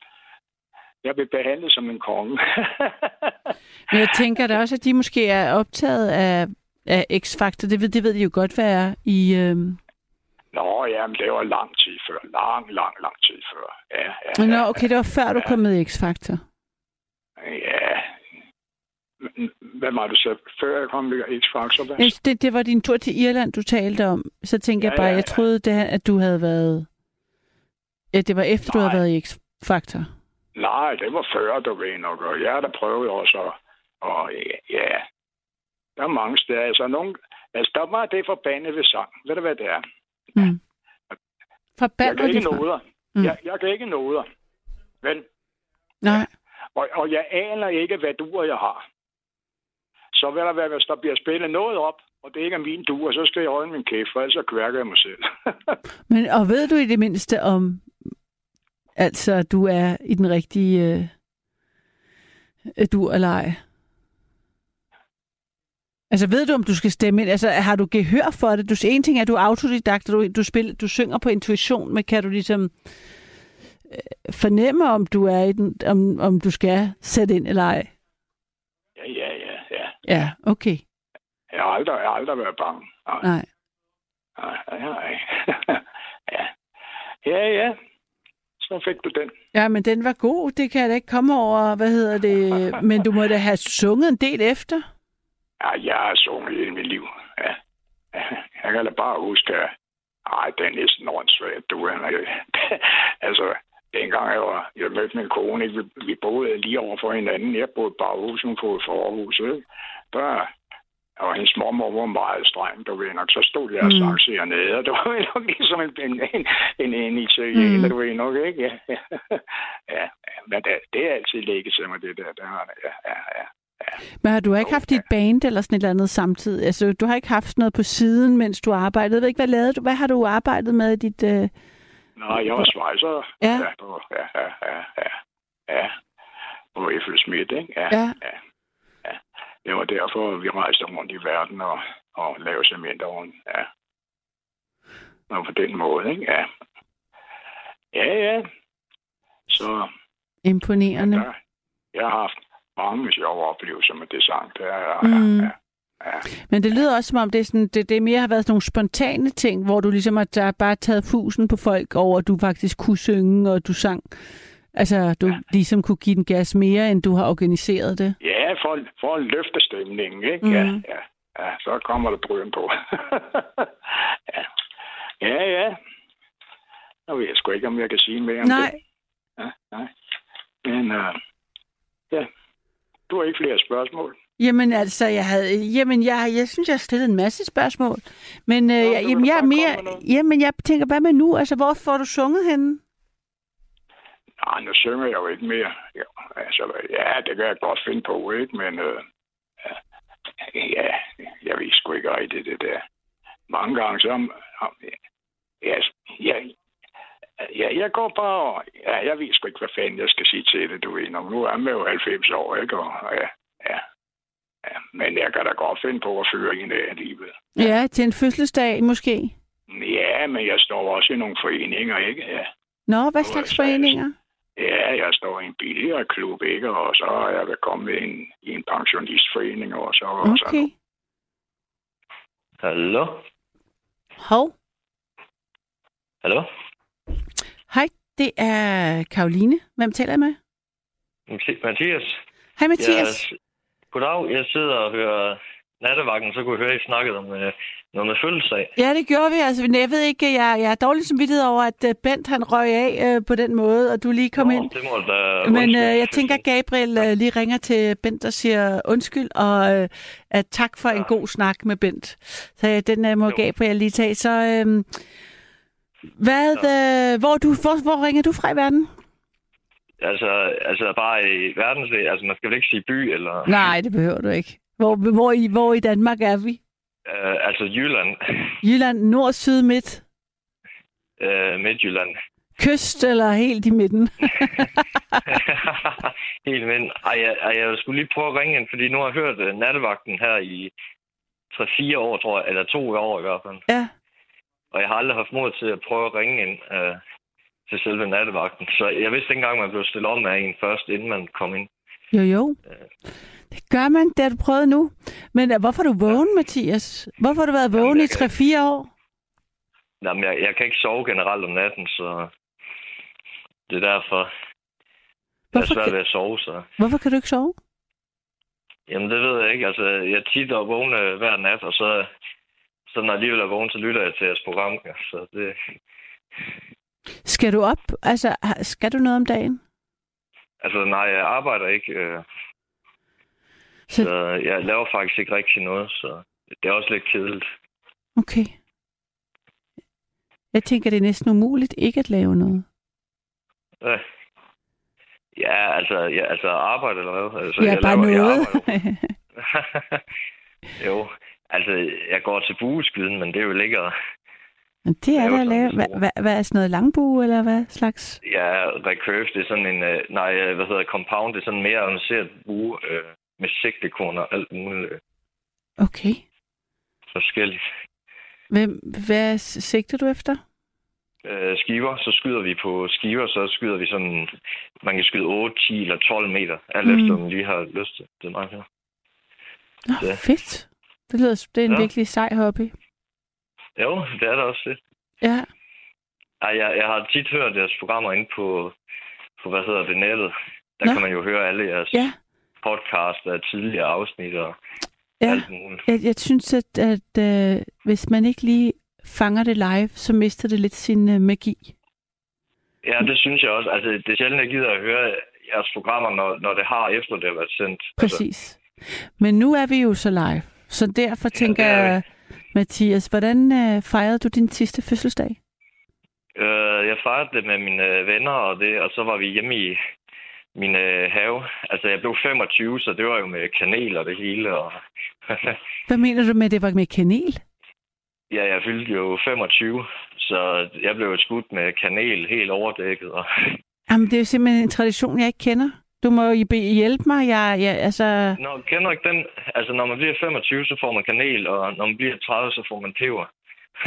Speaker 5: Jeg blev behandlet som en konge.
Speaker 2: Men jeg tænker da også, at de måske er optaget af, af X-Factor. Det ved, det ved de jo godt, hvad er i... Øhm...
Speaker 5: Nå, jamen, det var lang tid før. Lang, lang, lang tid før. Ja, ja,
Speaker 2: Ja, Nå,
Speaker 5: ja,
Speaker 2: okay, det var før du kom med i X-Factor.
Speaker 5: ja. Hvad var det så? Før jeg kom med X-Factor? hvad?
Speaker 2: Jeg synes, Det, det var din tur til Irland, du talte om. Så tænker
Speaker 5: Ja,
Speaker 2: jeg bare,
Speaker 5: ja, ja.
Speaker 2: jeg troede, det, at du havde været... Ja, det var efter, du
Speaker 5: Nej.
Speaker 2: havde været i X-Factor. Mm.
Speaker 5: Nej, det var før, du ved nok. Og jeg har da prøvet også. Og, og ja, ja, der er mange steder. Altså, nogen, altså der var det forbandet ved sang. Ved du, hvad det er?
Speaker 2: Mm. Fra
Speaker 5: Jeg kan
Speaker 2: Balder,
Speaker 5: ikke
Speaker 2: de fra?
Speaker 5: noder.
Speaker 2: Mm.
Speaker 5: Jeg, jeg kan ikke noder. Vel?
Speaker 2: Nej,
Speaker 5: Og, og jeg aner ikke, hvad duer jeg har. Så vil der være, hvis der bliver spillet noget op, og det ikke er mine duer, så skal jeg holde min kæft, for ellers så kværker jeg mig selv.
Speaker 2: men og ved du i det mindste om... Altså, du er i den rigtige... Øh... øh, Du eller ej? Altså, ved du, om du skal stemme ind? Altså, har du gehør for det? Du, en ting er, at du er autodidakt, og du, du, spiller, du synger på intuition, men kan du ligesom øh, fornemme, om du er i den, om, om du skal sætte ind eller ej?
Speaker 5: ja, ja, ja, ja.
Speaker 2: Ja, okay.
Speaker 5: Jeg har aldrig, jeg har aldrig været bange. Nej.
Speaker 2: Nej.
Speaker 5: Nej, nej. ja. ja, ja. Så fik du den.
Speaker 2: Ja, men den var god. Det kan jeg da ikke komme over. Hvad hedder det? Men du må da have sunget en del efter.
Speaker 5: Ja, jeg har sunget hele mit liv. Ja. Ja, Jeg kan da bare huske, at ej, det er næsten åndssvagt, du er. altså, dengang jeg, var, jeg mødte min kone, ikke? vi, vi boede lige over for hinanden. Jeg boede i baghus, hun boede i forhus. Ikke? Der og hendes mormor var meget streng, du ved nok. Så stod jeg og
Speaker 2: Mm.
Speaker 5: sang sig hernede, og det var jo nok ligesom en, en, en, en, en italiener,
Speaker 2: Mm.
Speaker 5: du ved nok, ikke? Ja, ja. ja. men det, det er altid lægget til mig, det der. Det har det, ja, ja, ja.
Speaker 2: Men har du ikke
Speaker 5: Jo,
Speaker 2: haft dit band eller sådan et eller andet samtidig? Altså, du har ikke haft noget på siden, mens du arbejdede. Jeg ved ikke, hvad lavede du? Hvad har du arbejdet med i dit... Øh...
Speaker 5: Nej, jeg var svejser.
Speaker 2: Ja.
Speaker 5: Ja, på, ja, ja, ja, ja, ja. På Eiffel Schmidt, ikke? Ja,
Speaker 2: Ja.
Speaker 5: ja. ja. Det var derfor, vi rejste rundt i verden og, og lavede cementovn. Ja. Og på den måde, ikke? Ja. Ja, ja. Så
Speaker 2: Imponerende.
Speaker 5: der, jeg har haft mange sjove oplevelser med det sang. Det er, ja,
Speaker 2: Mm.
Speaker 5: ja, ja.
Speaker 2: Men det lyder også, som om det, er sådan, det, det mere har været sådan nogle spontane ting, hvor du ligesom har der bare taget fusen på folk over, at du faktisk kunne synge, og du sang. Altså, du ja. ligesom kunne give den gas mere, end du har organiseret det.
Speaker 5: Ja, for, for at løfte stemningen, ikke? Ja,
Speaker 2: Mhm.
Speaker 5: ja, ja. Så kommer der bryn på. ja. ja, ja. Nu ved jeg sgu ikke, om jeg kan sige mere om
Speaker 2: Nej,
Speaker 5: det. Ja, nej. Men uh, ja, du har ikke flere spørgsmål.
Speaker 2: Jamen altså, jeg havde, jamen jeg, jeg synes, jeg stillede en masse spørgsmål. Men øh,
Speaker 5: Nå,
Speaker 2: jeg,
Speaker 5: du
Speaker 2: jamen,
Speaker 5: vil
Speaker 2: jeg er
Speaker 5: bare
Speaker 2: mere,
Speaker 5: komme med noget.
Speaker 2: jamen jeg tænker, hvad med nu? Altså, hvor får du sunget henne?
Speaker 5: Nej, nu synger jeg jo ikke mere. Jo, altså, ja, det kan jeg godt finde på, ikke? Men uh, ja, jeg ved sgu ikke rigtigt det der. Mange gange så... Ja, ja, ja, jeg går bare og... Ja, jeg ved sgu ikke, hvad fanden jeg skal sige til det, du ved. Nå, nu er man jo 90 år, ikke? Og, ja, ja, ja, men jeg kan da godt finde på at føre en af alligevel.
Speaker 2: Ja. ja, til en fødselsdag måske.
Speaker 5: Ja, men jeg står også i nogle foreninger, ikke? Ja.
Speaker 2: Nå, hvad
Speaker 5: Nå,
Speaker 2: slags
Speaker 5: altså,
Speaker 2: foreninger?
Speaker 5: Ja, jeg står i en billigklub, ikke? Og så er jeg vel kommet i en, i en pensionistforening, og så... Og
Speaker 2: Okay.
Speaker 5: så
Speaker 6: Hallo?
Speaker 2: Hov,
Speaker 6: Hallo?
Speaker 2: hej, det er Karoline. Hvem taler jeg med?
Speaker 6: Mathi- Mathias?
Speaker 2: Hej Mathias.
Speaker 6: Jeg, goddag, jeg sidder og hører nattevagten, så kunne jeg høre, at I snakkede om øh, noget med fødselsdag.
Speaker 2: Ja, det gjorde vi. Altså, jeg ved ikke, jeg, jeg er dårlig samvittighed over, at øh, Bent han røg af øh, på den måde, og du lige kom
Speaker 6: Nå,
Speaker 2: ind.
Speaker 6: Det må da
Speaker 2: Men
Speaker 6: undskylde.
Speaker 2: øh, jeg tænker, Gabriel øh, lige ringer til Bent og siger undskyld, og øh, at tak for ja. en
Speaker 6: Ja.
Speaker 2: god snak med Bent. Så øh, den øh, må
Speaker 6: Jo.
Speaker 2: Gabriel lige tage. Så øh, Hvad, øh, hvor, er du, hvor, hvor ringer du fra i verden?
Speaker 6: Altså, altså bare i verdensdel. Altså, man skal vel ikke sige by eller...
Speaker 2: Nej, det behøver du ikke. Hvor, hvor, i, hvor i Danmark er vi?
Speaker 6: Øh, altså Jylland.
Speaker 2: Jylland, nord, syd, midt?
Speaker 6: Øh, Midtjylland.
Speaker 2: Kyst eller helt i midten?
Speaker 6: Helt men. Ej, jeg, ej, jeg skulle lige prøve at ringe ind, fordi nu har jeg hørt uh, nattevagten her i 3-4 år, tror jeg. Eller to år i hvert fald.
Speaker 2: Ja.
Speaker 6: Og jeg har aldrig haft mod til at prøve at ringe ind øh, til selve nattevagten. Så jeg vidste ikke engang, man blev stillet om af en først, inden man kom ind.
Speaker 2: Jo, jo. Det gør man, det har du prøvet nu. Men øh, hvorfor er du vågen, Mathias? Hvorfor har du været vågen i
Speaker 6: jeg kan-
Speaker 2: 3-4 år?
Speaker 6: Jamen, jeg, jeg kan ikke sove generelt om natten, så det er derfor, jeg er
Speaker 2: Hvorfor
Speaker 6: svært
Speaker 2: kan,
Speaker 6: ved at sove. Så.
Speaker 2: hvorfor kan du ikke sove?
Speaker 6: Jamen, det ved jeg ikke. Altså, jeg er tit og vågne hver nat, og så, så når jeg alligevel er vågen, så lytter jeg til jeres program. ja. Så det,
Speaker 2: Skal du op? Altså, har- skal du noget om dagen?
Speaker 6: altså, nej, jeg arbejder ikke, øh,
Speaker 2: Så-
Speaker 6: så... så jeg laver faktisk ikke rigtig noget, så det er også lidt kedeligt.
Speaker 2: Okay. Jeg tænker, det er næsten umuligt ikke at lave noget.
Speaker 6: Ja. Øh. Ja, altså, ja, altså arbejde eller hvad? Altså,
Speaker 2: ja, bare
Speaker 6: laver-
Speaker 2: noget.
Speaker 6: arbejder jo. jo, altså, jeg går til bueskyden, men det er jo ikke at...
Speaker 2: Men det er
Speaker 6: Lave
Speaker 2: der at
Speaker 6: sådan
Speaker 2: lave.
Speaker 6: en
Speaker 2: Hvad,
Speaker 6: stor-
Speaker 2: hvad, hvad er sådan noget langbue, eller hvad slags?
Speaker 6: Ja, recurve, det er sådan en... øh, Nej, øh, hvad hedder det, compound, det er sådan en mere avanceret bue øh, med sigtekorn og alt muligt øh,
Speaker 2: Okay.
Speaker 6: forskelligt.
Speaker 2: Hvem, hvad s- sigter du efter?
Speaker 6: Øh, skiver, så skyder vi på skiver, så skyder vi sådan... Man kan skyde 8, 10 eller 12 meter, alt
Speaker 2: Mm.
Speaker 6: efter, om man lige har lyst til. Det er meget fedt.
Speaker 2: Nå,
Speaker 6: Ja.
Speaker 2: fedt. Det lyder, s- det er en
Speaker 6: Ja.
Speaker 2: virkelig sej hobby.
Speaker 6: Jo, det er da også det.
Speaker 2: Ja.
Speaker 6: Ej, jeg, jeg har tit hørt jeres programmer inde på, på hvad hedder det, nettet. Der
Speaker 2: Nå.
Speaker 6: Nå. kan man jo høre alle jeres
Speaker 2: Ja.
Speaker 6: podcast og tidligere afsnit og
Speaker 2: Ja.
Speaker 6: alt muligt.
Speaker 2: Jeg, jeg synes, at, at øh, hvis man ikke lige fanger det live, så mister det lidt sin øh, magi.
Speaker 6: Ja, det synes jeg også. Altså, det er sjældent, jeg gider at høre jeres programmer, når, når det har efter det har været sendt. Altså,
Speaker 2: Præcis. Men nu er vi jo så live, så derfor tænker
Speaker 6: det er vi.
Speaker 2: jeg, Mathias, hvordan øh, fejrede du din sidste fødselsdag?
Speaker 6: øh, jeg fejrede det med mine øh, venner, og, det, og så var vi hjemme i min øh, have. Altså, jeg blev 25, så det var jo med kanel og det hele. Og
Speaker 2: Hvad mener du med, at det var med kanel?
Speaker 6: ja, jeg fyldte jo 25, så jeg blev skudt med kanel helt overdækket. Og
Speaker 2: Jamen, det er jo simpelthen en tradition, jeg ikke kender. Du må jo be- hjælpe mig. Jeg, jeg, altså,
Speaker 6: Nå, kender ikke den? Altså, når man bliver 25, så får man kanel, og når man bliver 30, så får man peber.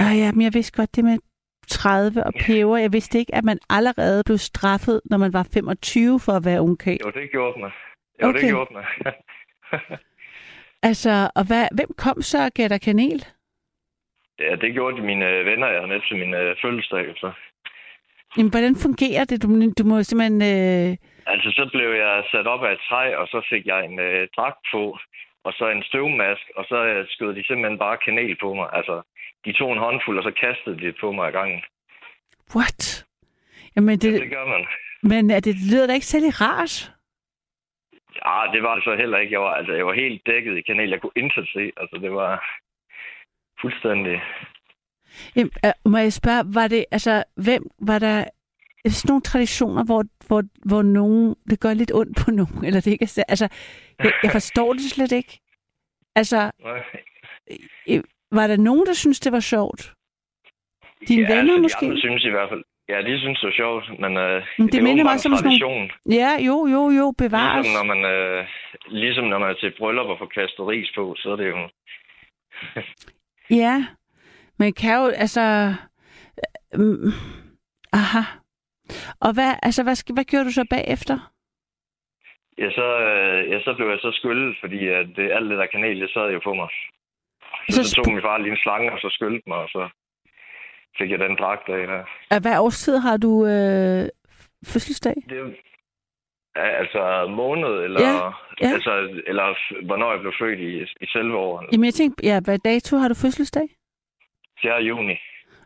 Speaker 2: øh, ja, men jeg vidste godt det med 30 og peber. Jeg vidste ikke, at man allerede blev straffet, når man var 25 for at være ungkæl.
Speaker 6: Jo, det gjorde man. Jo, okay.
Speaker 2: Okay.
Speaker 6: det gjorde man.
Speaker 2: Altså, og hvad, hvem kom så og gav dig kanel?
Speaker 6: ja, det gjorde de mine øh, venner, jeg havde med til min øh, fødselsdag. Så.
Speaker 2: Jamen, hvordan fungerer det? Du, du må simpelthen... Øh,
Speaker 6: Altså, så blev jeg sat op af et træ, og så fik jeg en øh, dragt på, og så en støvmask, og så øh, skød de simpelthen bare kanel på mig. Altså, de tog en håndfuld, og så kastede de det på mig ad gangen.
Speaker 2: what? Jamen,
Speaker 6: Det,
Speaker 2: det,
Speaker 6: det gør man.
Speaker 2: men er det det lyder da ikke særlig rart.
Speaker 6: Ja, det var det så heller ikke. Jeg var, altså, jeg var helt dækket i kanel. Jeg kunne intet se. Altså, det var fuldstændig...
Speaker 2: Jamen, øh, må jeg spørge, var det... Altså, hvem var der... Er sådan nogle traditioner, hvor, hvor, hvor nogen, det gør lidt ondt på nogen, eller det ikke er sær- Altså, jeg, jeg forstår det slet ikke. Altså,
Speaker 6: Nej.
Speaker 2: øh, var der nogen, der synes det var sjovt? Dine venner
Speaker 6: altså,
Speaker 2: måske?
Speaker 6: De andre synes i hvert fald. Ja, de synes det var sjovt, men øh,
Speaker 2: Men det
Speaker 6: det
Speaker 2: minder
Speaker 6: er
Speaker 2: mig
Speaker 6: åbenbart
Speaker 2: også om sådan nogle
Speaker 6: tradition.
Speaker 2: Ja, jo, jo, jo, bevares.
Speaker 6: Ligesom når, man, øh, ligesom når man er til bryllup og får kastet ris på, så er det jo...
Speaker 2: Ja, man kan jo, altså... Øh, aha. Og hvad, altså, hvad, sk- hvad gjorde du så bagefter?
Speaker 6: Ja, så, øh, ja, så blev jeg så skyllet, fordi at det, alt det der kanel, det sad jo på mig. Så,
Speaker 2: Så
Speaker 6: så tog min far lige en slange, og så skyldte mig, og så fik jeg den dragt af. Der.
Speaker 2: Af hvad årstid har du øh, f- fødselsdag?
Speaker 6: Det, ja, altså måned, eller,
Speaker 2: Ja, ja.
Speaker 6: Altså, eller f- hvornår jeg blev født i, i selve året.
Speaker 2: Jamen, jeg tænkte, ja, hvad dato har du fødselsdag?
Speaker 6: 4. juni.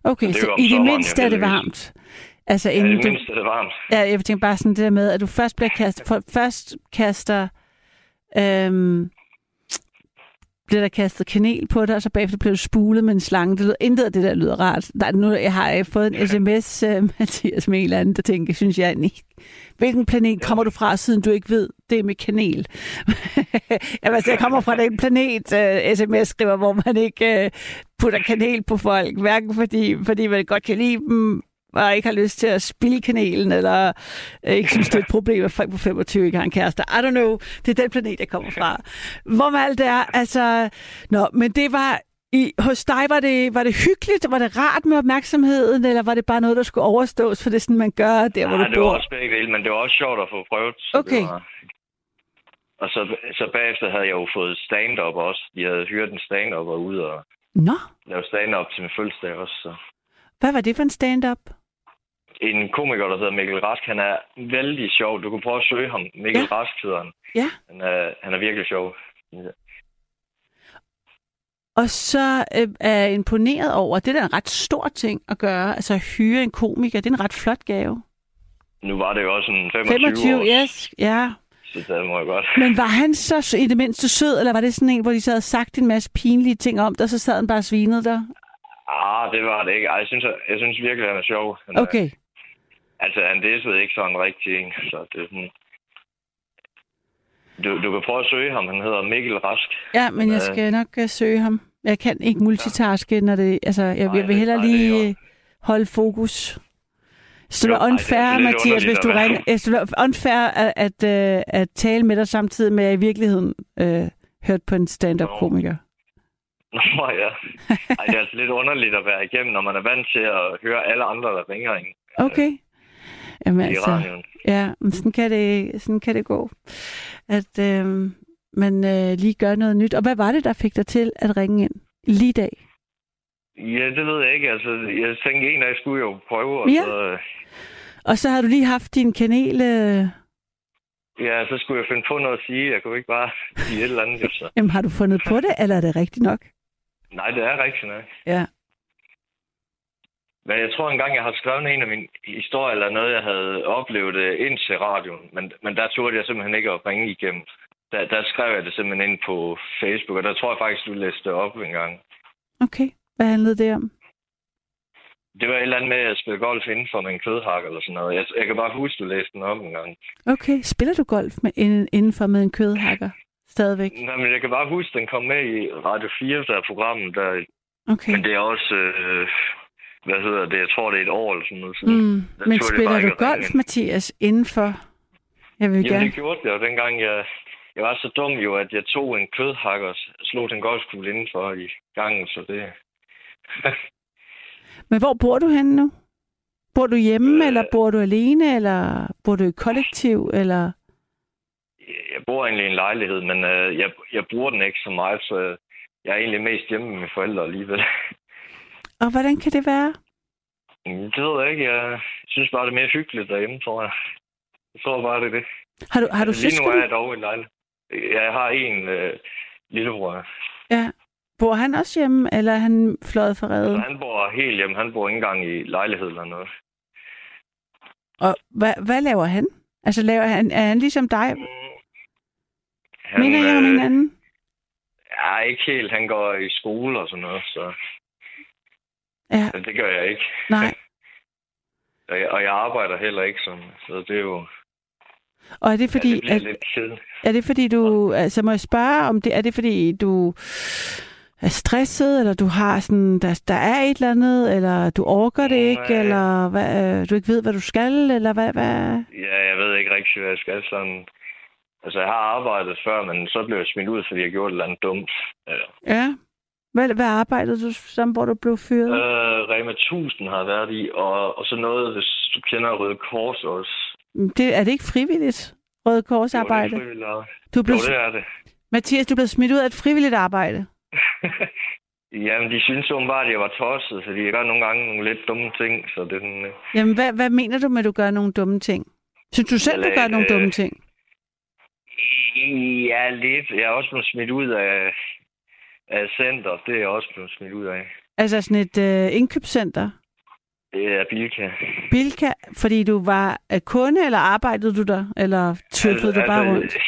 Speaker 2: Okay,
Speaker 6: Det er jo
Speaker 2: så
Speaker 6: om
Speaker 2: i det
Speaker 6: sommeren,
Speaker 2: mindste
Speaker 6: jo,
Speaker 2: er det
Speaker 6: heldigvis.
Speaker 2: varmt. Altså,
Speaker 6: Ja,
Speaker 2: inden
Speaker 6: det
Speaker 2: du,
Speaker 6: mindste, det varmt.
Speaker 2: ja, jeg tænkte bare sådan det der med, at du først bliver kastet, for, først kaster, øhm, blev der kastet kanel på dig, og så bagefter blev du spulet med en slange. Det lyder, intet af det der lyder rart. Der, nu jeg har jeg fået en sms, uh, Mathias, med en eller anden, der tænker, synes jeg, nej. Hvilken planet kommer du fra, siden du ikke ved, det er med kanel? Jamen, altså, jeg kommer fra den planet, uh, sms skriver, hvor man ikke uh, putter kanel på folk, hverken fordi, fordi man godt kan lide dem, og ikke har lyst til at spille kanelen, eller øh, ikke synes, det er et problem, at folk på 25 ikke har en kæreste. I don't know. Det er den planet, jeg kommer fra. Hvor med alt det er, altså... Nå, men det var... I, hos dig, var det, var det hyggeligt? Var det rart med opmærksomheden, eller var det bare noget, der skulle overstås, for det er sådan, man gør der, hvor
Speaker 6: Nej,
Speaker 2: du
Speaker 6: det var
Speaker 2: bor?
Speaker 6: også begge dele, men det var også sjovt at få prøvet. så det
Speaker 2: Okay.
Speaker 6: var- Og så, så bagefter havde jeg jo fået stand-up også. De havde hyret en stand-up og ude og
Speaker 2: Nå,
Speaker 6: lave stand-up til min fødselsdag også. Så.
Speaker 2: hvad var det for en stand-up?
Speaker 6: En komiker, der hedder Mikkel Rask, han er vældig sjov. Du kan prøve at søge ham. Mikkel
Speaker 2: Ja.
Speaker 6: ja. Rask hedder han.
Speaker 2: Ja.
Speaker 6: Han er, han er virkelig sjov.
Speaker 2: Og så øh, er jeg imponeret over, det er da en ret stor ting at gøre, altså at hyre en komiker, det er en ret flot gave.
Speaker 6: Nu var det jo også en 25,
Speaker 2: 25,
Speaker 6: år,
Speaker 2: yes, ja.
Speaker 6: så det må jeg godt.
Speaker 2: Men var han så s- i det mindste sød, eller var det sådan en, hvor de så havde sagt en masse pinlige ting om dig, og så sad han bare og svinede dig?
Speaker 6: Ah, det var det ikke. Ej, jeg synes, jeg, jeg synes virkelig, han er sjov. Han er,
Speaker 2: Okay.
Speaker 6: Altså, han dissede ikke sådan rigtig, en, så det er sådan... Du, du kan prøve at søge ham. Han hedder Mikkel Rask.
Speaker 2: Ja, men jeg
Speaker 6: Øh.
Speaker 2: skal nok øh, søge ham. Jeg kan ikke multitaske, når det... Altså, jeg,
Speaker 6: Nej,
Speaker 2: jeg vil
Speaker 6: det-
Speaker 2: hellere
Speaker 6: nej, det er
Speaker 2: lige
Speaker 6: jo-
Speaker 2: øh, holde fokus. Så det
Speaker 6: Jo,
Speaker 2: var
Speaker 6: nej, det er
Speaker 2: unfair,
Speaker 6: lidt
Speaker 2: Mathias,
Speaker 6: underligt
Speaker 2: hvis
Speaker 6: at
Speaker 2: du
Speaker 6: være-
Speaker 2: ringer. Jeg synes, det var unfair at, at, øh, at tale med dig samtidig med, at jeg i virkeligheden øh, hørte på en stand-up-komiker.
Speaker 6: Nå ja. Ej, det er altså lidt underligt at være igennem, når man er vant til at høre alle andre, der ringer ind
Speaker 2: Okay. Jamen, altså,
Speaker 6: i radioen.
Speaker 2: Ja, men sådan kan det, sådan kan det gå. At øh, man øh, lige gør noget nyt. Og hvad var det, der fik dig til at ringe ind lige i dag?
Speaker 6: Ja, det ved jeg ikke. Altså, jeg tænkte, en dag skulle jeg jo prøve, og
Speaker 2: Ja.
Speaker 6: ja. så,
Speaker 2: Og så har du lige haft din kanel... Øh,
Speaker 6: ja, så skulle jeg finde på noget at sige. Jeg kunne ikke bare sige et eller andet. jo, Så.
Speaker 2: jamen, har du fundet på det, eller er det rigtigt nok?
Speaker 6: Nej, det er rigtigt nok.
Speaker 2: Ja.
Speaker 6: Men jeg tror engang, jeg har skrevet en af mine historier, eller noget, jeg havde oplevet øh, ind til radioen. Men, men der turde jeg simpelthen ikke at ringe igennem. Der, der skrev jeg det simpelthen ind på Facebook, og der tror jeg faktisk, du læste det op en gang.
Speaker 2: Okay. Hvad handlede det om?
Speaker 6: Det var et eller andet med at spille golf inden for min kødhak eller sådan noget. Jeg, jeg kan bare huske, du læste den op en gang.
Speaker 2: Okay. Spiller du golf med, inden, indenfor med en kødhakker? Stadigvæk.
Speaker 6: Nej, men jeg kan bare huske, den kom med i Radio 4, der er programmet. Der,
Speaker 2: Okay.
Speaker 6: Men det er også, øh, hvad hedder det, jeg tror, det er et år eller sådan noget siden.
Speaker 2: Mm.
Speaker 6: tror
Speaker 2: Men
Speaker 6: jeg, det
Speaker 2: spiller
Speaker 6: bare
Speaker 2: du
Speaker 6: ikke er
Speaker 2: golf,
Speaker 6: rigtigt.
Speaker 2: Mathias, indenfor? Jeg vil
Speaker 6: Jamen,
Speaker 2: gerne...
Speaker 6: det gjorde jeg jo dengang, jeg, jeg var så dum jo, at jeg tog en kødhakker og slog den golfkugle indenfor i gangen, så det...
Speaker 2: Men hvor bor du henne nu? Bor du hjemme, øh,
Speaker 6: Øh.
Speaker 2: eller bor du alene, eller bor du i kollektiv, eller...
Speaker 6: Jeg bor egentlig i en lejlighed, men øh, jeg, jeg bruger den ikke så meget, så jeg er egentlig mest hjemme med mine forældre alligevel.
Speaker 2: Og hvordan kan det være?
Speaker 6: Mm, Det ved jeg ikke. Jeg synes bare, det er mere hyggeligt derhjemme, tror jeg. Jeg tror bare, det er det. Altså,
Speaker 2: Har du, har du
Speaker 6: Lige nu er jeg
Speaker 2: søskende?
Speaker 6: dog i en lejlighed. Jeg har en øh, lillebror.
Speaker 2: Ja. Bor han også hjemme, eller er han fløjet for
Speaker 6: Altså,
Speaker 2: redden?
Speaker 6: han bor helt hjemme. Han bor ikke engang i lejlighed eller noget.
Speaker 2: Og hvad, hvad laver han? Altså, laver han, er han ligesom dig?
Speaker 6: Han,
Speaker 2: Minder jeg om
Speaker 6: øh,
Speaker 2: hinanden?
Speaker 6: Ja, ikke helt. Han går i skole og sådan noget, så
Speaker 2: Ja,
Speaker 6: men det gør jeg ikke.
Speaker 2: nej.
Speaker 6: Og jeg, og jeg arbejder heller ikke sådan, så det er jo...
Speaker 2: Og er det
Speaker 6: ja,
Speaker 2: fordi,
Speaker 6: det bliver
Speaker 2: at,
Speaker 6: lidt kedeligt.
Speaker 2: er det fordi du... Altså, må jeg spørge om det? Er det fordi, du er stresset, eller du har sådan, der, der er et eller andet, eller du orker det ikke,
Speaker 6: Nej.
Speaker 2: eller hvad, øh, du ikke ved, hvad du skal, eller hvad, hvad,
Speaker 6: Ja, jeg ved ikke rigtig, hvad jeg skal sådan... Altså, jeg har arbejdet før, men så blev jeg smidt ud, fordi jeg gjorde et eller andet dumt. Ja.
Speaker 2: Ja. Hvad, hvad arbejdede du som, hvor du blev fyret? Øh.
Speaker 6: Øh, Rema 1000 har jeg været i, og, og så noget, hvis du kender Røde Kors også.
Speaker 2: Det, er det ikke frivilligt, Røde Kors
Speaker 6: Jo,
Speaker 2: arbejde?
Speaker 6: det er frivilligt arbejde.
Speaker 2: Du blev,
Speaker 6: Jo, det er det.
Speaker 2: Mathias, du blev smidt ud af et frivilligt arbejde.
Speaker 6: Jamen, de synes åbenbart, at jeg var tosset, fordi jeg gør nogle gange nogle lidt dumme ting, så det er sådan... øh,
Speaker 2: Jamen, hvad, hvad mener du med, at du gør nogle dumme ting? Synes du selv, du
Speaker 6: Eller,
Speaker 2: gør nogle
Speaker 6: øh,
Speaker 2: dumme ting?
Speaker 6: Ja, lidt. Jeg er også blevet smidt ud af, af center. Det er jeg også blevet smidt ud af.
Speaker 2: Altså sådan et øh, indkøbscenter?
Speaker 6: Det er Bilka.
Speaker 2: Bilka, fordi du var øh, kunde, eller arbejdede du der? Eller tøffede du bare rundt?
Speaker 6: Altså,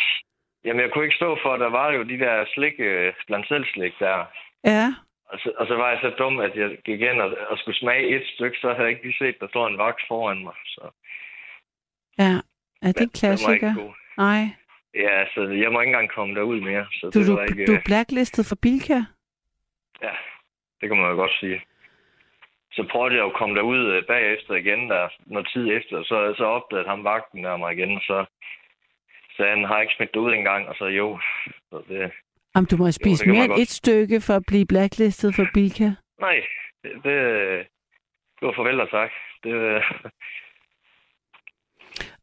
Speaker 6: Jamen, jeg kunne ikke stå for, at der var jo de der slik, øh, blandt selv slik der.
Speaker 2: Ja.
Speaker 6: Og så, og så var jeg så dum, at jeg gik ind og, og skulle smage et stykke, så havde jeg ikke lige set, der stod en vagt foran mig. Så
Speaker 2: Ja, ja det er en
Speaker 6: den var ikke
Speaker 2: klassiker.
Speaker 6: god.
Speaker 2: Nej.
Speaker 6: Ja, så jeg må ikke engang komme derud mere. Så
Speaker 2: Du,
Speaker 6: det,
Speaker 2: du,
Speaker 6: var ikke,
Speaker 2: du
Speaker 6: øh,
Speaker 2: er blacklistet for Bilka.
Speaker 6: ja, det kan man jo godt sige. Så prøvede jeg jo at komme derud øh, bagefter igen, der, noget tid efter, så, så opdagede ham vagten der mig igen, så sagde han, har jeg ikke smidt dig ud engang, og så jo. Så det,
Speaker 2: Jamen, du må spise
Speaker 6: kan man
Speaker 2: mere end
Speaker 6: godt.
Speaker 2: et stykke for at blive blacklistet for Bilka.
Speaker 6: nej, det, det, det var farvel og tak. Det,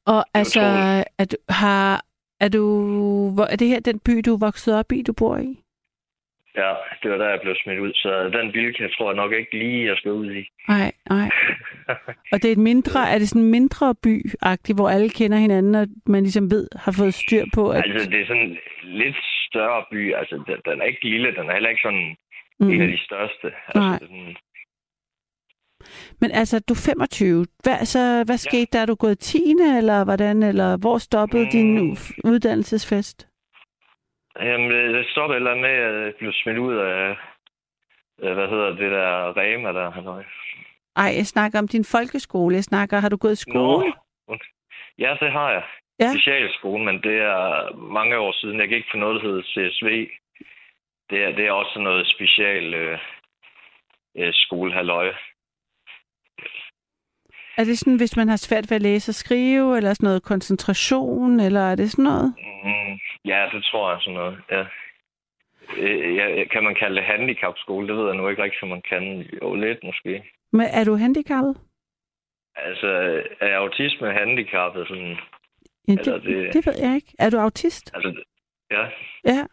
Speaker 2: Og altså,
Speaker 6: utroligt.
Speaker 2: er du, har, er, du, hvor, er det her den by, du er vokset op i, du bor i?
Speaker 6: ja, det var der, jeg blev smidt ud, så den bilka tror jeg nok ikke lige, jeg skal ud i.
Speaker 2: Nej, nej. Og det er et mindre, er det sådan en mindre by hvor alle kender hinanden, og man ligesom ved, har fået styr på, at...
Speaker 6: Altså, det er sådan en lidt større by. Altså, den, den er ikke lille. Den er heller ikke sådan mm. en af
Speaker 2: mm.
Speaker 6: de største.
Speaker 2: Nej.
Speaker 6: Altså, det er sådan,
Speaker 2: Men altså, du er 25. Hvad, altså, hvad skete der? Er du gået 10. eller hvordan? Eller hvor stoppede mm. din
Speaker 6: Mm.
Speaker 2: u- uddannelsesfest?
Speaker 6: jamen, øh, det stoppede eller med, at jeg blev smidt ud af, øh, hvad hedder det der, Rema der. Halløj.
Speaker 2: Ej, jeg snakker om din folkeskole. Jeg snakker, har du gået i skole?
Speaker 6: Und- Ja, det har jeg.
Speaker 2: Ja.
Speaker 6: Specialskole, men det er mange år siden. Jeg gik på noget, der hedder CSV. Det er, det er også noget special øh, øh, skolehalløj.
Speaker 2: Er det sådan, hvis man har svært ved at læse og skrive, eller sådan noget koncentration, eller er det sådan noget?
Speaker 6: Mm, ja, det tror jeg sådan noget, ja. Øh, ja. Kan man kalde det handicapskole? Det ved jeg nu ikke rigtig, om man kan. Jo, lidt måske.
Speaker 2: Men er du handicappet?
Speaker 6: Altså, er autisme handicappet sådan...
Speaker 2: Ja,
Speaker 6: Eller
Speaker 2: det, det...
Speaker 6: det-
Speaker 2: det ved jeg ikke. Er du autist?
Speaker 6: Altså, ja,
Speaker 2: Ja.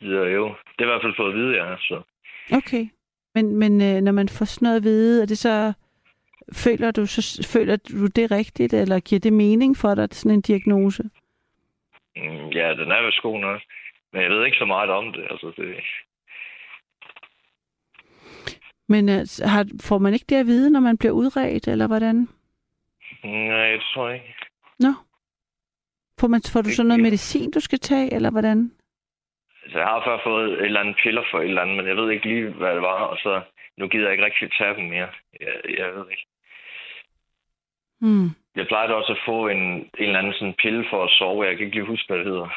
Speaker 6: jo, jo. Det er i hvert fald fået at vide, ja. Så.
Speaker 2: Okay. Men, men øh, når man får sådan noget at vide, er det så... Føler du, så, føler du det rigtigt, eller giver det mening for dig, at det er sådan en diagnose?
Speaker 6: Mm, ja, den er vist god nok. Men jeg ved ikke så meget om det. Altså, det
Speaker 2: Men altså, har, får man ikke det at vide, når man bliver udredt, eller hvordan?
Speaker 6: nej, det tror jeg ikke.
Speaker 2: Nå. Får, man, får du
Speaker 6: Ikke
Speaker 2: sådan noget
Speaker 6: mere.
Speaker 2: medicin, du skal tage, eller hvordan?
Speaker 6: Altså, jeg har før fået et eller andet piller for et eller andet, men jeg ved ikke lige, hvad det var. Og så, nu gider jeg ikke rigtig tage dem mere. Jeg, jeg ved ikke.
Speaker 2: Hmm.
Speaker 6: Jeg plejede også at få en, en eller anden sådan pille for at sove. Jeg kan ikke lige huske, hvad det hedder.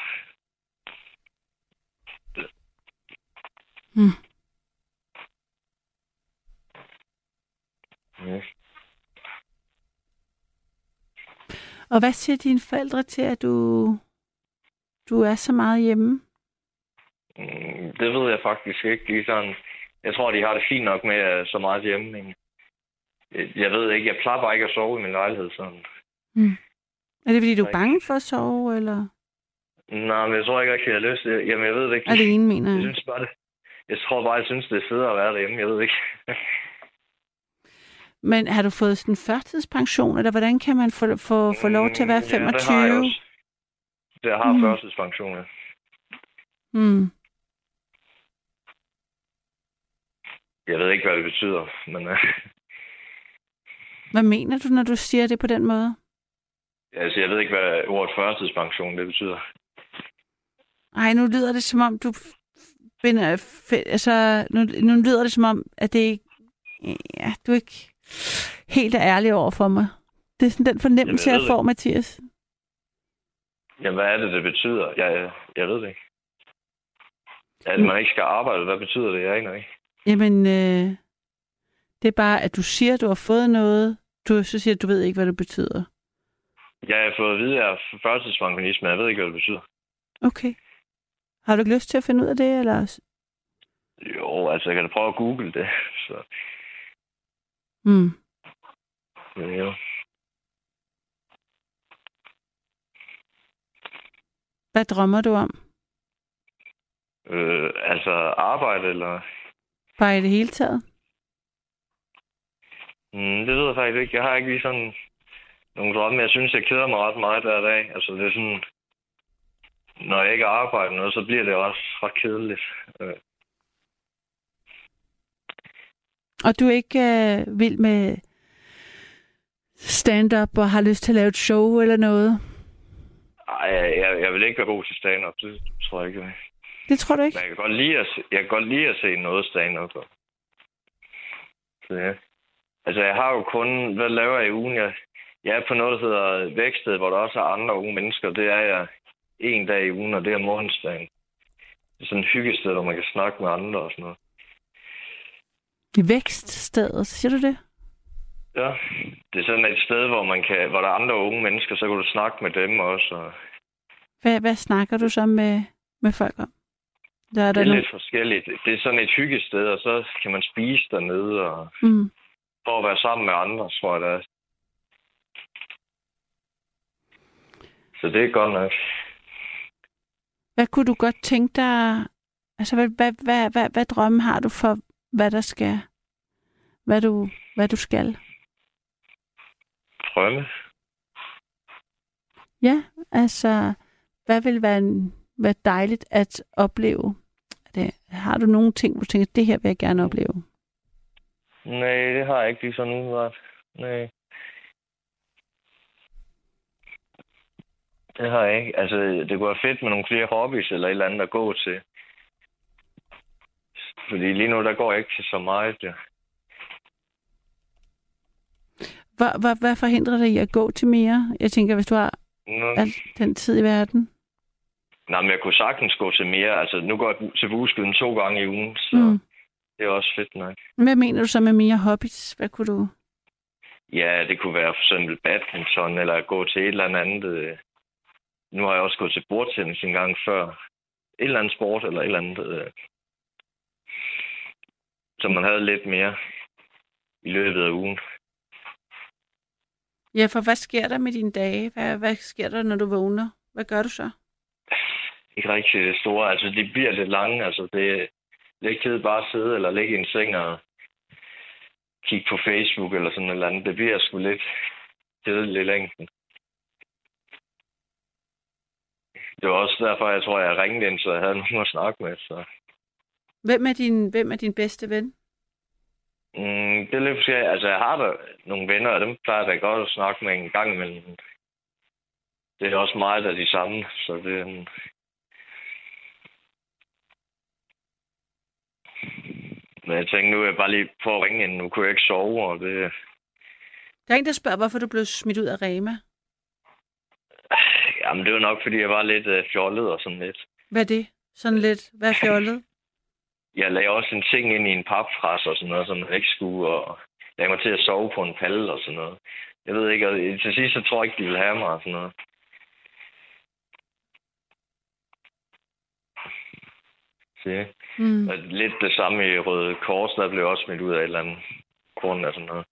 Speaker 2: Hmm.
Speaker 6: Ja.
Speaker 2: Og hvad siger dine forældre til, at du, du er så meget hjemme?
Speaker 6: Mm, Det ved jeg faktisk ikke. De er sådan, jeg tror, de har det fint nok med øh, så meget hjemme. Men øh, jeg ved ikke. Jeg plejer bare ikke at sove i min lejlighed. Sådan.
Speaker 2: Er det, fordi du er
Speaker 6: Nej.
Speaker 2: bange for at sove, eller
Speaker 6: Nej, men jeg tror ikke rigtig, jeg har lyst til det. Jamen, jeg ved det ikke.
Speaker 2: alene, mener
Speaker 6: Jeg
Speaker 2: jeg?
Speaker 6: synes bare det. Jeg tror bare, jeg synes, det er federe at være derhjemme. Jeg ved ikke.
Speaker 2: Men har du fået sådan en førtidspension, eller hvordan kan man få, få, få lov til at være
Speaker 6: Mm, Ja, det har jeg
Speaker 2: 25?
Speaker 6: også. Det har
Speaker 2: Mm.
Speaker 6: mm. førstidspension, ja.
Speaker 2: Mm.
Speaker 6: Jeg ved ikke, hvad det betyder, men øh,
Speaker 2: Hvad mener du, når du siger det på den måde?
Speaker 6: altså, jeg ved ikke, hvad ordet førstidspension det betyder.
Speaker 2: Ej, nu lyder det som om, du f- finder... f- Altså, nu, nu lyder det som om, at det ikke... Ja, du er ikke helt er ærlig over for mig. Det er sådan den fornemmelse,
Speaker 6: Jamen,
Speaker 2: jeg,
Speaker 6: jeg ved
Speaker 2: får, Mathias.
Speaker 6: Jamen, hvad er det, det betyder? Jeg, jeg, jeg ved det ikke. At man ikke skal arbejde, hvad betyder det? Jeg aner ikke.
Speaker 2: Jamen, øh, det er bare, at du siger, at du har fået noget, du så siger, at du ved ikke, hvad det betyder.
Speaker 6: Jeg har fået at vide, at jeg er førtidspensionist, men jeg ved ikke, hvad det betyder.
Speaker 2: Okay. Har du ikke lyst til at finde ud af det, eller...
Speaker 6: Jo, altså, jeg kan da prøve at google det. Så,
Speaker 2: Mm.
Speaker 6: men jo.
Speaker 2: Hvad drømmer du om?
Speaker 6: Øh, altså, arbejde eller...
Speaker 2: Bare i det hele taget?
Speaker 6: Mm, det ved jeg faktisk ikke. Jeg har ikke lige sådan nogle drømme. Jeg synes, jeg keder mig ret meget hver dag. Altså, det er sådan... Når jeg ikke arbejder noget, så bliver det også ret kedeligt. Øh,
Speaker 2: Og du er ikke øh, vild med stand-up og har lyst til at lave et show eller noget?
Speaker 6: Ej, jeg, jeg vil ikke være god til stand-up. Det tror jeg ikke. jeg er.
Speaker 2: Det tror du ikke?
Speaker 6: Men jeg kan godt lide at se, jeg kan godt lide at se noget stand-up. og- Så ja. Altså, jeg har jo kun... Hvad laver jeg i ugen? Jeg, jeg er på noget, der hedder Væksted, hvor der også er andre unge mennesker. Det er jeg en dag i ugen, og det er om onsdagen. Det er sådan et hyggested, hvor man kan snakke med andre og sådan noget.
Speaker 2: Vækststedet, siger du det?
Speaker 6: Ja, det er sådan et sted, hvor, man kan, hvor der er andre unge mennesker, så kan du snakke med dem også. Og
Speaker 2: Hvad, hvad snakker du så med, med folk om? Der er
Speaker 6: det
Speaker 2: der
Speaker 6: er
Speaker 2: nogle...
Speaker 6: lidt forskelligt. Det er sådan et hyggested, og så kan man spise dernede og
Speaker 2: Mm.
Speaker 6: for at være sammen med andre, tror jeg det er. Så det er godt nok.
Speaker 2: Hvad kunne du godt tænke dig... Altså, hvad, hvad, hvad, hvad, hvad drømme har du for, hvad der skal... Hvad du, hvad du skal?
Speaker 6: Drømme.
Speaker 2: Ja, altså, hvad vil være, en, være dejligt at opleve? Er Det, har du nogle ting, hvor du tænker, det her vil jeg gerne opleve?
Speaker 6: Nej, det har jeg ikke lige sådan umiddelbart. Nej. Det har jeg ikke. Altså, det kunne være fedt med nogle flere hobbies eller et eller andet at gå til. Fordi lige nu, der går jeg ikke til så meget. Ja.
Speaker 2: Hvad, hvad, hvad forhindrer dig i at gå til mere? Jeg tænker, hvis du har
Speaker 6: Nu,
Speaker 2: al den tid i verden.
Speaker 6: nej, men jeg kunne sagtens gå til mere. Altså, nu går jeg til buskylden to gange i ugen, så mm. det er også fedt nok.
Speaker 2: Hvad mener du så med mere hobbies? Hvad kunne du...
Speaker 6: Ja, det kunne være for eksempel badminton, eller at gå til et eller andet. øh, Nu har jeg også gået til bordtennis en gang før. Et eller andet sport, eller et eller andet. øh, Så man havde lidt mere i løbet af ugen.
Speaker 2: Ja, for hvad sker der med dine dage? Hvad, hvad sker der, når du vågner? Hvad gør du så?
Speaker 6: Ikke rigtig det store. Altså, det bliver lidt lange. Altså, det det er ikke tid bare at sidde eller ligge i en seng og kigge på Facebook eller sådan et eller andet. Det bliver sgu lidt kedeligt i længden. Det var også derfor, jeg tror, jeg ringede ind, så jeg havde nogen at snakke med. Så.
Speaker 2: Hvem er din, hvem er din bedste ven?
Speaker 6: Mm, det er lidt forskelligt. Altså, jeg har da nogle venner, og dem plejer jeg da godt at snakke med en gang imellem. Det er også meget af de samme, så det er... mm. Men jeg tænkte, nu er jeg bare lige på at ringe ind. Nu kunne jeg ikke sove, og det...
Speaker 2: Der er en, der spørger, hvorfor du blev smidt ud af Rema.
Speaker 6: Jamen, det var nok, fordi jeg var lidt øh, fjollet og sådan lidt.
Speaker 2: Hvad er det? Sådan lidt, hvad er fjollet?
Speaker 6: Jeg lagde også en ting ind i en papfrasse og sådan noget, som man ikke skulle, og lagde mig til at sove på en palle og sådan noget. Jeg ved ikke, og til sidst så tror jeg ikke, de ville have mig og sådan noget. Så ja.
Speaker 2: Mm.
Speaker 6: Og lidt det samme i Røde Kors, der blev jeg også smidt ud af et eller andet grund af sådan noget.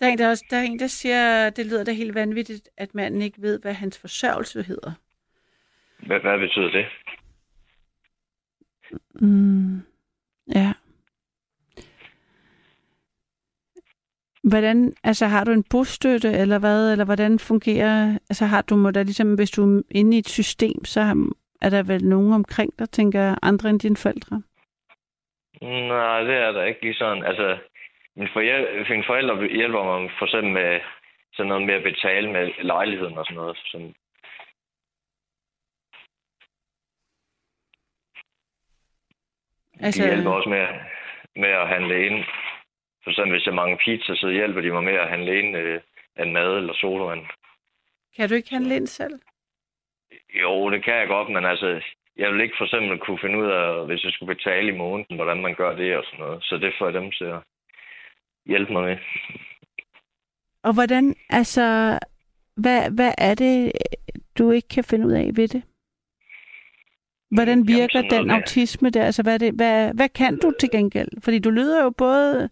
Speaker 2: Der er, en, der, også, der er en, der siger, det lyder da helt vanvittigt, at manden ikke ved, hvad hans forsørgelse hedder.
Speaker 6: Hvad, hvad betyder det?
Speaker 2: Mm. Ja. Hvordan, altså har du en bostøtte, eller hvad, eller hvordan fungerer, altså har du, må der ligesom, hvis du er inde i et system, så har- er der vel nogen omkring der tænker andre end dine forældre?
Speaker 6: Nej, det er der ikke lige sådan. Altså, mine forældre, mine forældre hjælper mig for eksempel med sådan noget med at betale med lejligheden og sådan noget. Sådan.
Speaker 2: Altså,
Speaker 6: De hjælper også med, med at handle ind. For eksempel, hvis jeg mangler pizza, så hjælper de mig med at handle ind øh, af mad eller sodavand.
Speaker 2: kan du ikke handle ind selv?
Speaker 6: Jo, det kan jeg godt, men altså, jeg vil ikke for eksempel kunne finde ud af, hvis jeg skulle betale i måneden, hvordan man gør det og sådan noget. Så det får jeg dem til at hjælpe mig med.
Speaker 2: Og hvordan, altså, hvad, hvad er det, du ikke kan finde ud af ved det? Hvordan
Speaker 6: Jamen,
Speaker 2: virker Jamen,
Speaker 6: sådan
Speaker 2: den
Speaker 6: noget med-
Speaker 2: autisme der? Altså, hvad, er det, hvad, hvad kan du til gengæld? Fordi du lyder jo både...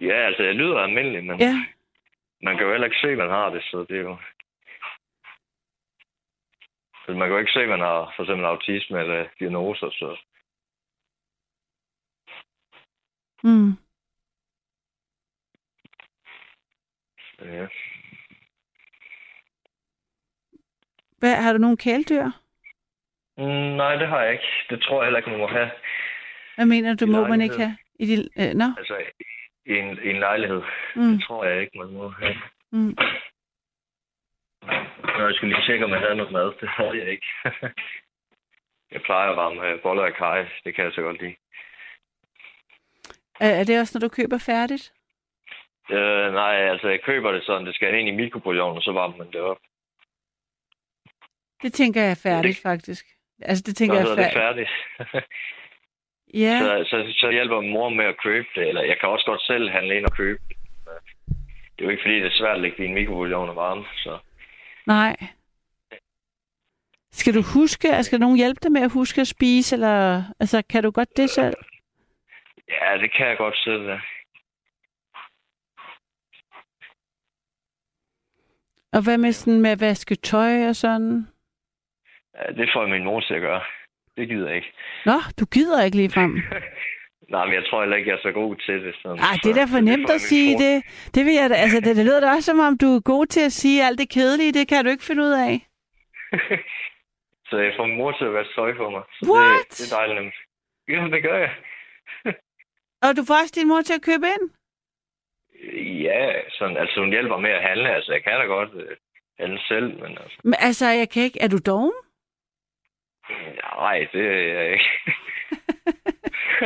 Speaker 6: Ja, altså, jeg lyder almindelig, men
Speaker 2: Ja,
Speaker 6: man kan jo heller ikke se, man har det, så det er jo... Så man kan jo ikke se, man har for eksempel autisme eller diagnoser, så...
Speaker 2: mm.
Speaker 6: øh, Ja.
Speaker 2: hvad, har du nogle kæledyr?
Speaker 6: Mm, nej, det har jeg ikke. Det tror jeg heller ikke, man må have.
Speaker 2: Hvad mener du,
Speaker 6: I
Speaker 2: må man ikke
Speaker 6: lejlighed.
Speaker 2: have? I de, øh, nå?
Speaker 6: Altså, i en, i en lejlighed.
Speaker 2: Mm.
Speaker 6: Det tror jeg ikke, man må have.
Speaker 2: Mm.
Speaker 6: Nå, jeg skulle lige tjekke, om jeg havde noget mad. Det havde jeg ikke. jeg plejer at varme øh, boller af kaj. Det kan jeg så godt lide.
Speaker 2: Er, er det også, når du køber færdigt?
Speaker 6: Øh, nej, altså jeg køber det sådan. Det skal ind i mikrobølgeovnen, og så varmer man det op.
Speaker 2: Det tænker jeg er færdigt, faktisk. Altså, det tænker
Speaker 6: Nå,
Speaker 2: jeg
Speaker 6: så
Speaker 2: er
Speaker 6: er det
Speaker 2: færdigt.
Speaker 6: færdigt.
Speaker 2: Ja,
Speaker 6: så, så, så hjælper mor med at købe det. Eller jeg kan også godt selv handle ind og købe det. Det er jo ikke fordi, det er svært at lægge det i en mikrobølgeovn og varme. Så.
Speaker 2: nej. Skal du huske, altså, skal nogen hjælpe dig med at huske at spise, eller altså, kan du godt det selv?
Speaker 6: Ja, det kan jeg godt selv. ja.
Speaker 2: Og hvad med sådan med at vaske tøj og sådan?
Speaker 6: Ja, det får min mor til at gøre. Det gider jeg ikke.
Speaker 2: Nå, du gider ikke lige frem.
Speaker 6: Nej, men jeg tror heller ikke, jeg er så god til det. Sådan.
Speaker 2: Ej, det er da
Speaker 6: Så
Speaker 2: for nemt
Speaker 6: får
Speaker 2: at
Speaker 6: min
Speaker 2: sige
Speaker 6: mor.
Speaker 2: det. Det, vil jeg da, altså, det, det lyder da også, som om du er god til at sige alt det kedelige. Det kan du ikke finde ud af.
Speaker 6: Så jeg får min mor til at vaske tøj for mig. Så
Speaker 2: What?
Speaker 6: Det, det er dejligt nemt. Ja, det gør jeg.
Speaker 2: Og du får også din mor til at købe ind?
Speaker 6: Ja, sådan, altså hun hjælper med at handle. Altså, jeg kan da godt øh, handle selv, men altså,
Speaker 2: Men altså, jeg kan ikke... Er du doven?
Speaker 6: nej, det er jeg ikke.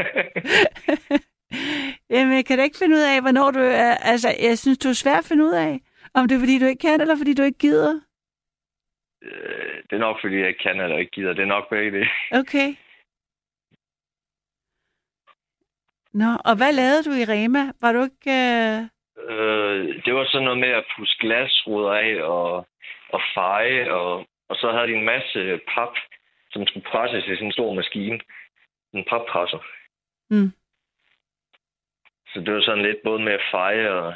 Speaker 2: Jamen, jeg kan da ikke finde ud af, hvornår du er... Altså, jeg synes, du er svær at finde ud af. Om det er, fordi du ikke kan, eller fordi du ikke gider.
Speaker 6: Øh, det er nok, fordi jeg ikke kan eller ikke gider. Det er nok begge det.
Speaker 2: Okay. Nå, og hvad lavede du i Rema? Var du ikke... Øh...
Speaker 6: Øh, det var sådan noget med at pusse glasruder af og, og feje, og, og så havde de en masse pap, som skulle presses i sådan en stor maskine. En pappresser.
Speaker 2: Mm.
Speaker 6: Så det var sådan lidt både med at feje og,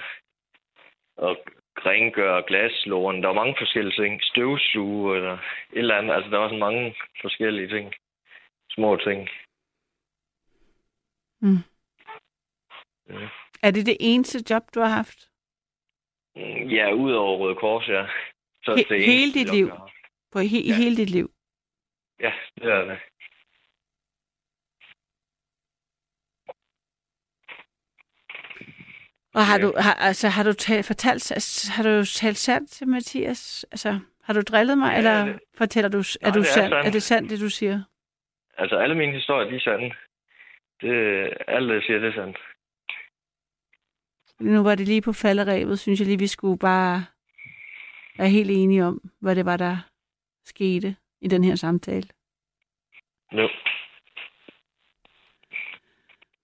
Speaker 6: og rengøre glaslåren. Der var mange forskellige ting. Støvsuge eller et eller andet. Altså, der var sådan mange forskellige ting. Små ting.
Speaker 2: Er det det eneste job, du har haft?
Speaker 6: Mm, Ja, udover Røde Kors, ja. Så er
Speaker 2: He-
Speaker 6: det eneste
Speaker 2: hele dit
Speaker 6: job,
Speaker 2: liv?
Speaker 6: jeg har.
Speaker 2: På he- i
Speaker 6: Ja.
Speaker 2: hele dit liv?
Speaker 6: Ja, det er det.
Speaker 2: Og har
Speaker 6: Ja.
Speaker 2: du, har, altså, har du talt, fortalt, altså, har du talt sandt til Mathias? Altså, har du drillet mig,
Speaker 6: Ja,
Speaker 2: eller
Speaker 6: det-
Speaker 2: fortæller du, s- er,
Speaker 6: Nej,
Speaker 2: du
Speaker 6: det er
Speaker 2: sand,
Speaker 6: sandt.
Speaker 2: er det sandt, det du siger?
Speaker 6: Altså, alle mine historier, de er sande. Det, alt, det jeg siger, det er sandt.
Speaker 2: Nu var det lige på falderæbet, synes jeg lige, vi skulle bare være helt enige om, hvad det var, der skete i den her samtale.
Speaker 6: Jo.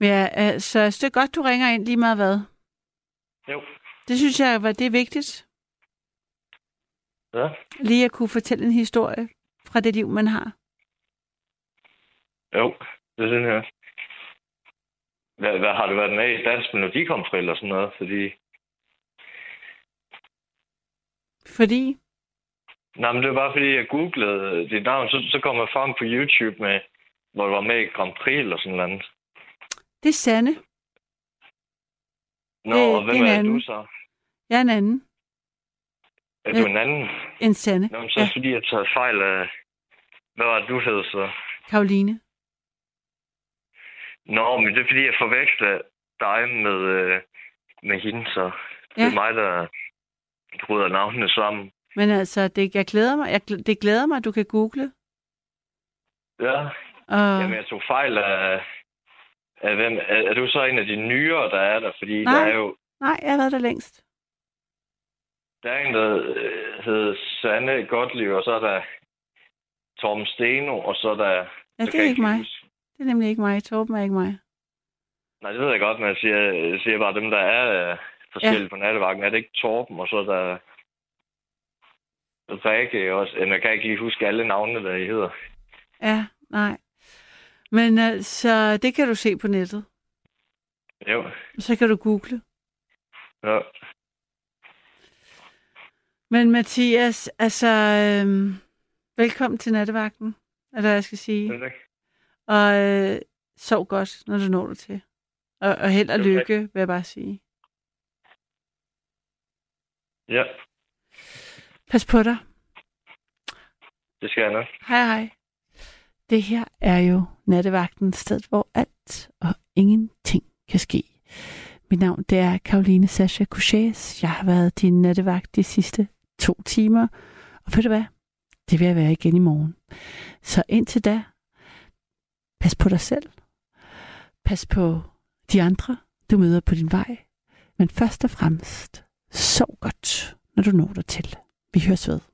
Speaker 2: Men ja, altså, jeg synes, det er godt, du ringer ind lige meget hvad.
Speaker 6: Jo.
Speaker 2: Det synes jeg, var det er vigtigt.
Speaker 6: Ja.
Speaker 2: Lige at kunne fortælle en historie fra det liv, man har.
Speaker 6: Jo, det er den her. Hvad, hvad har du været med i Dansk Melodikomfri eller sådan noget? Fordi,
Speaker 2: Fordi,
Speaker 6: nej, men det var bare fordi, jeg googlede dit navn, så, så kom jeg frem på YouTube med, hvor du var med i Grand Prix eller sådan noget.
Speaker 2: det er sande.
Speaker 6: Nå,
Speaker 2: Det-
Speaker 6: og
Speaker 2: det
Speaker 6: hvem
Speaker 2: er en
Speaker 6: er du
Speaker 2: anden.
Speaker 6: så?
Speaker 2: Jeg er en anden
Speaker 6: Er
Speaker 2: Ja.
Speaker 6: du en anden?
Speaker 2: end Sande.
Speaker 6: Nå, men så er det fordi, jeg tager fejl af... Hvad var det, du hed så?
Speaker 2: Karoline.
Speaker 6: Nå, men det er fordi, jeg forveksler dig med, øh, med hende, så det er
Speaker 2: Ja.
Speaker 6: mig, der bryder navnene sammen.
Speaker 2: Men altså, det, jeg glæder mig, jeg, gl- det glæder mig, at du kan google.
Speaker 6: Ja,
Speaker 2: Og,
Speaker 6: jamen jeg tog fejl af, af hvem. Er, er du så en af de nyere, der er der? Fordi
Speaker 2: Nej.
Speaker 6: der er jo
Speaker 2: nej, jeg har været der længst.
Speaker 6: der er en, der øh, hedder Sanne Gottlieb, og så er der Tom Steno, og så er der...
Speaker 2: Ja,
Speaker 6: så
Speaker 2: det
Speaker 6: kan
Speaker 2: er
Speaker 6: jeg
Speaker 2: ikke mig.
Speaker 6: huske-
Speaker 2: Det er nemlig ikke mig. Torben er ikke mig.
Speaker 6: Nej, det ved jeg godt, men jeg siger, jeg siger bare dem, der er øh, forskellige ja. på nattevagten. Er det ikke Torben, og så er der Rikke også? Jamen, jeg kan ikke lige huske alle navnene, der I hedder.
Speaker 2: Ja, nej. Men altså, det kan du se på nettet.
Speaker 6: Jo,
Speaker 2: Så kan du google.
Speaker 6: jo.
Speaker 2: Men Mathias, altså, øhm, velkommen til nattevagten. Eller hvad jeg skal sige.
Speaker 6: det er det.
Speaker 2: Og øh, sov godt, når du når det til. Og, og held og
Speaker 6: Jo, tak.
Speaker 2: lykke, vil jeg bare sige.
Speaker 6: Ja,
Speaker 2: Pas på dig.
Speaker 6: det skal jeg nok.
Speaker 2: Hej hej. Det her er jo nattevagten, sted hvor alt og ingenting kan ske. Mit navn det er Karoline Sascha Couchés. Jeg har været din nattevagt de sidste to timer. ved du hvad? Det vil jeg være igen i morgen. Så indtil da, pas på dig selv. Pas på de andre, du møder på din vej. Men først og fremmest, sov godt, når du når dig til. Vi høres ved.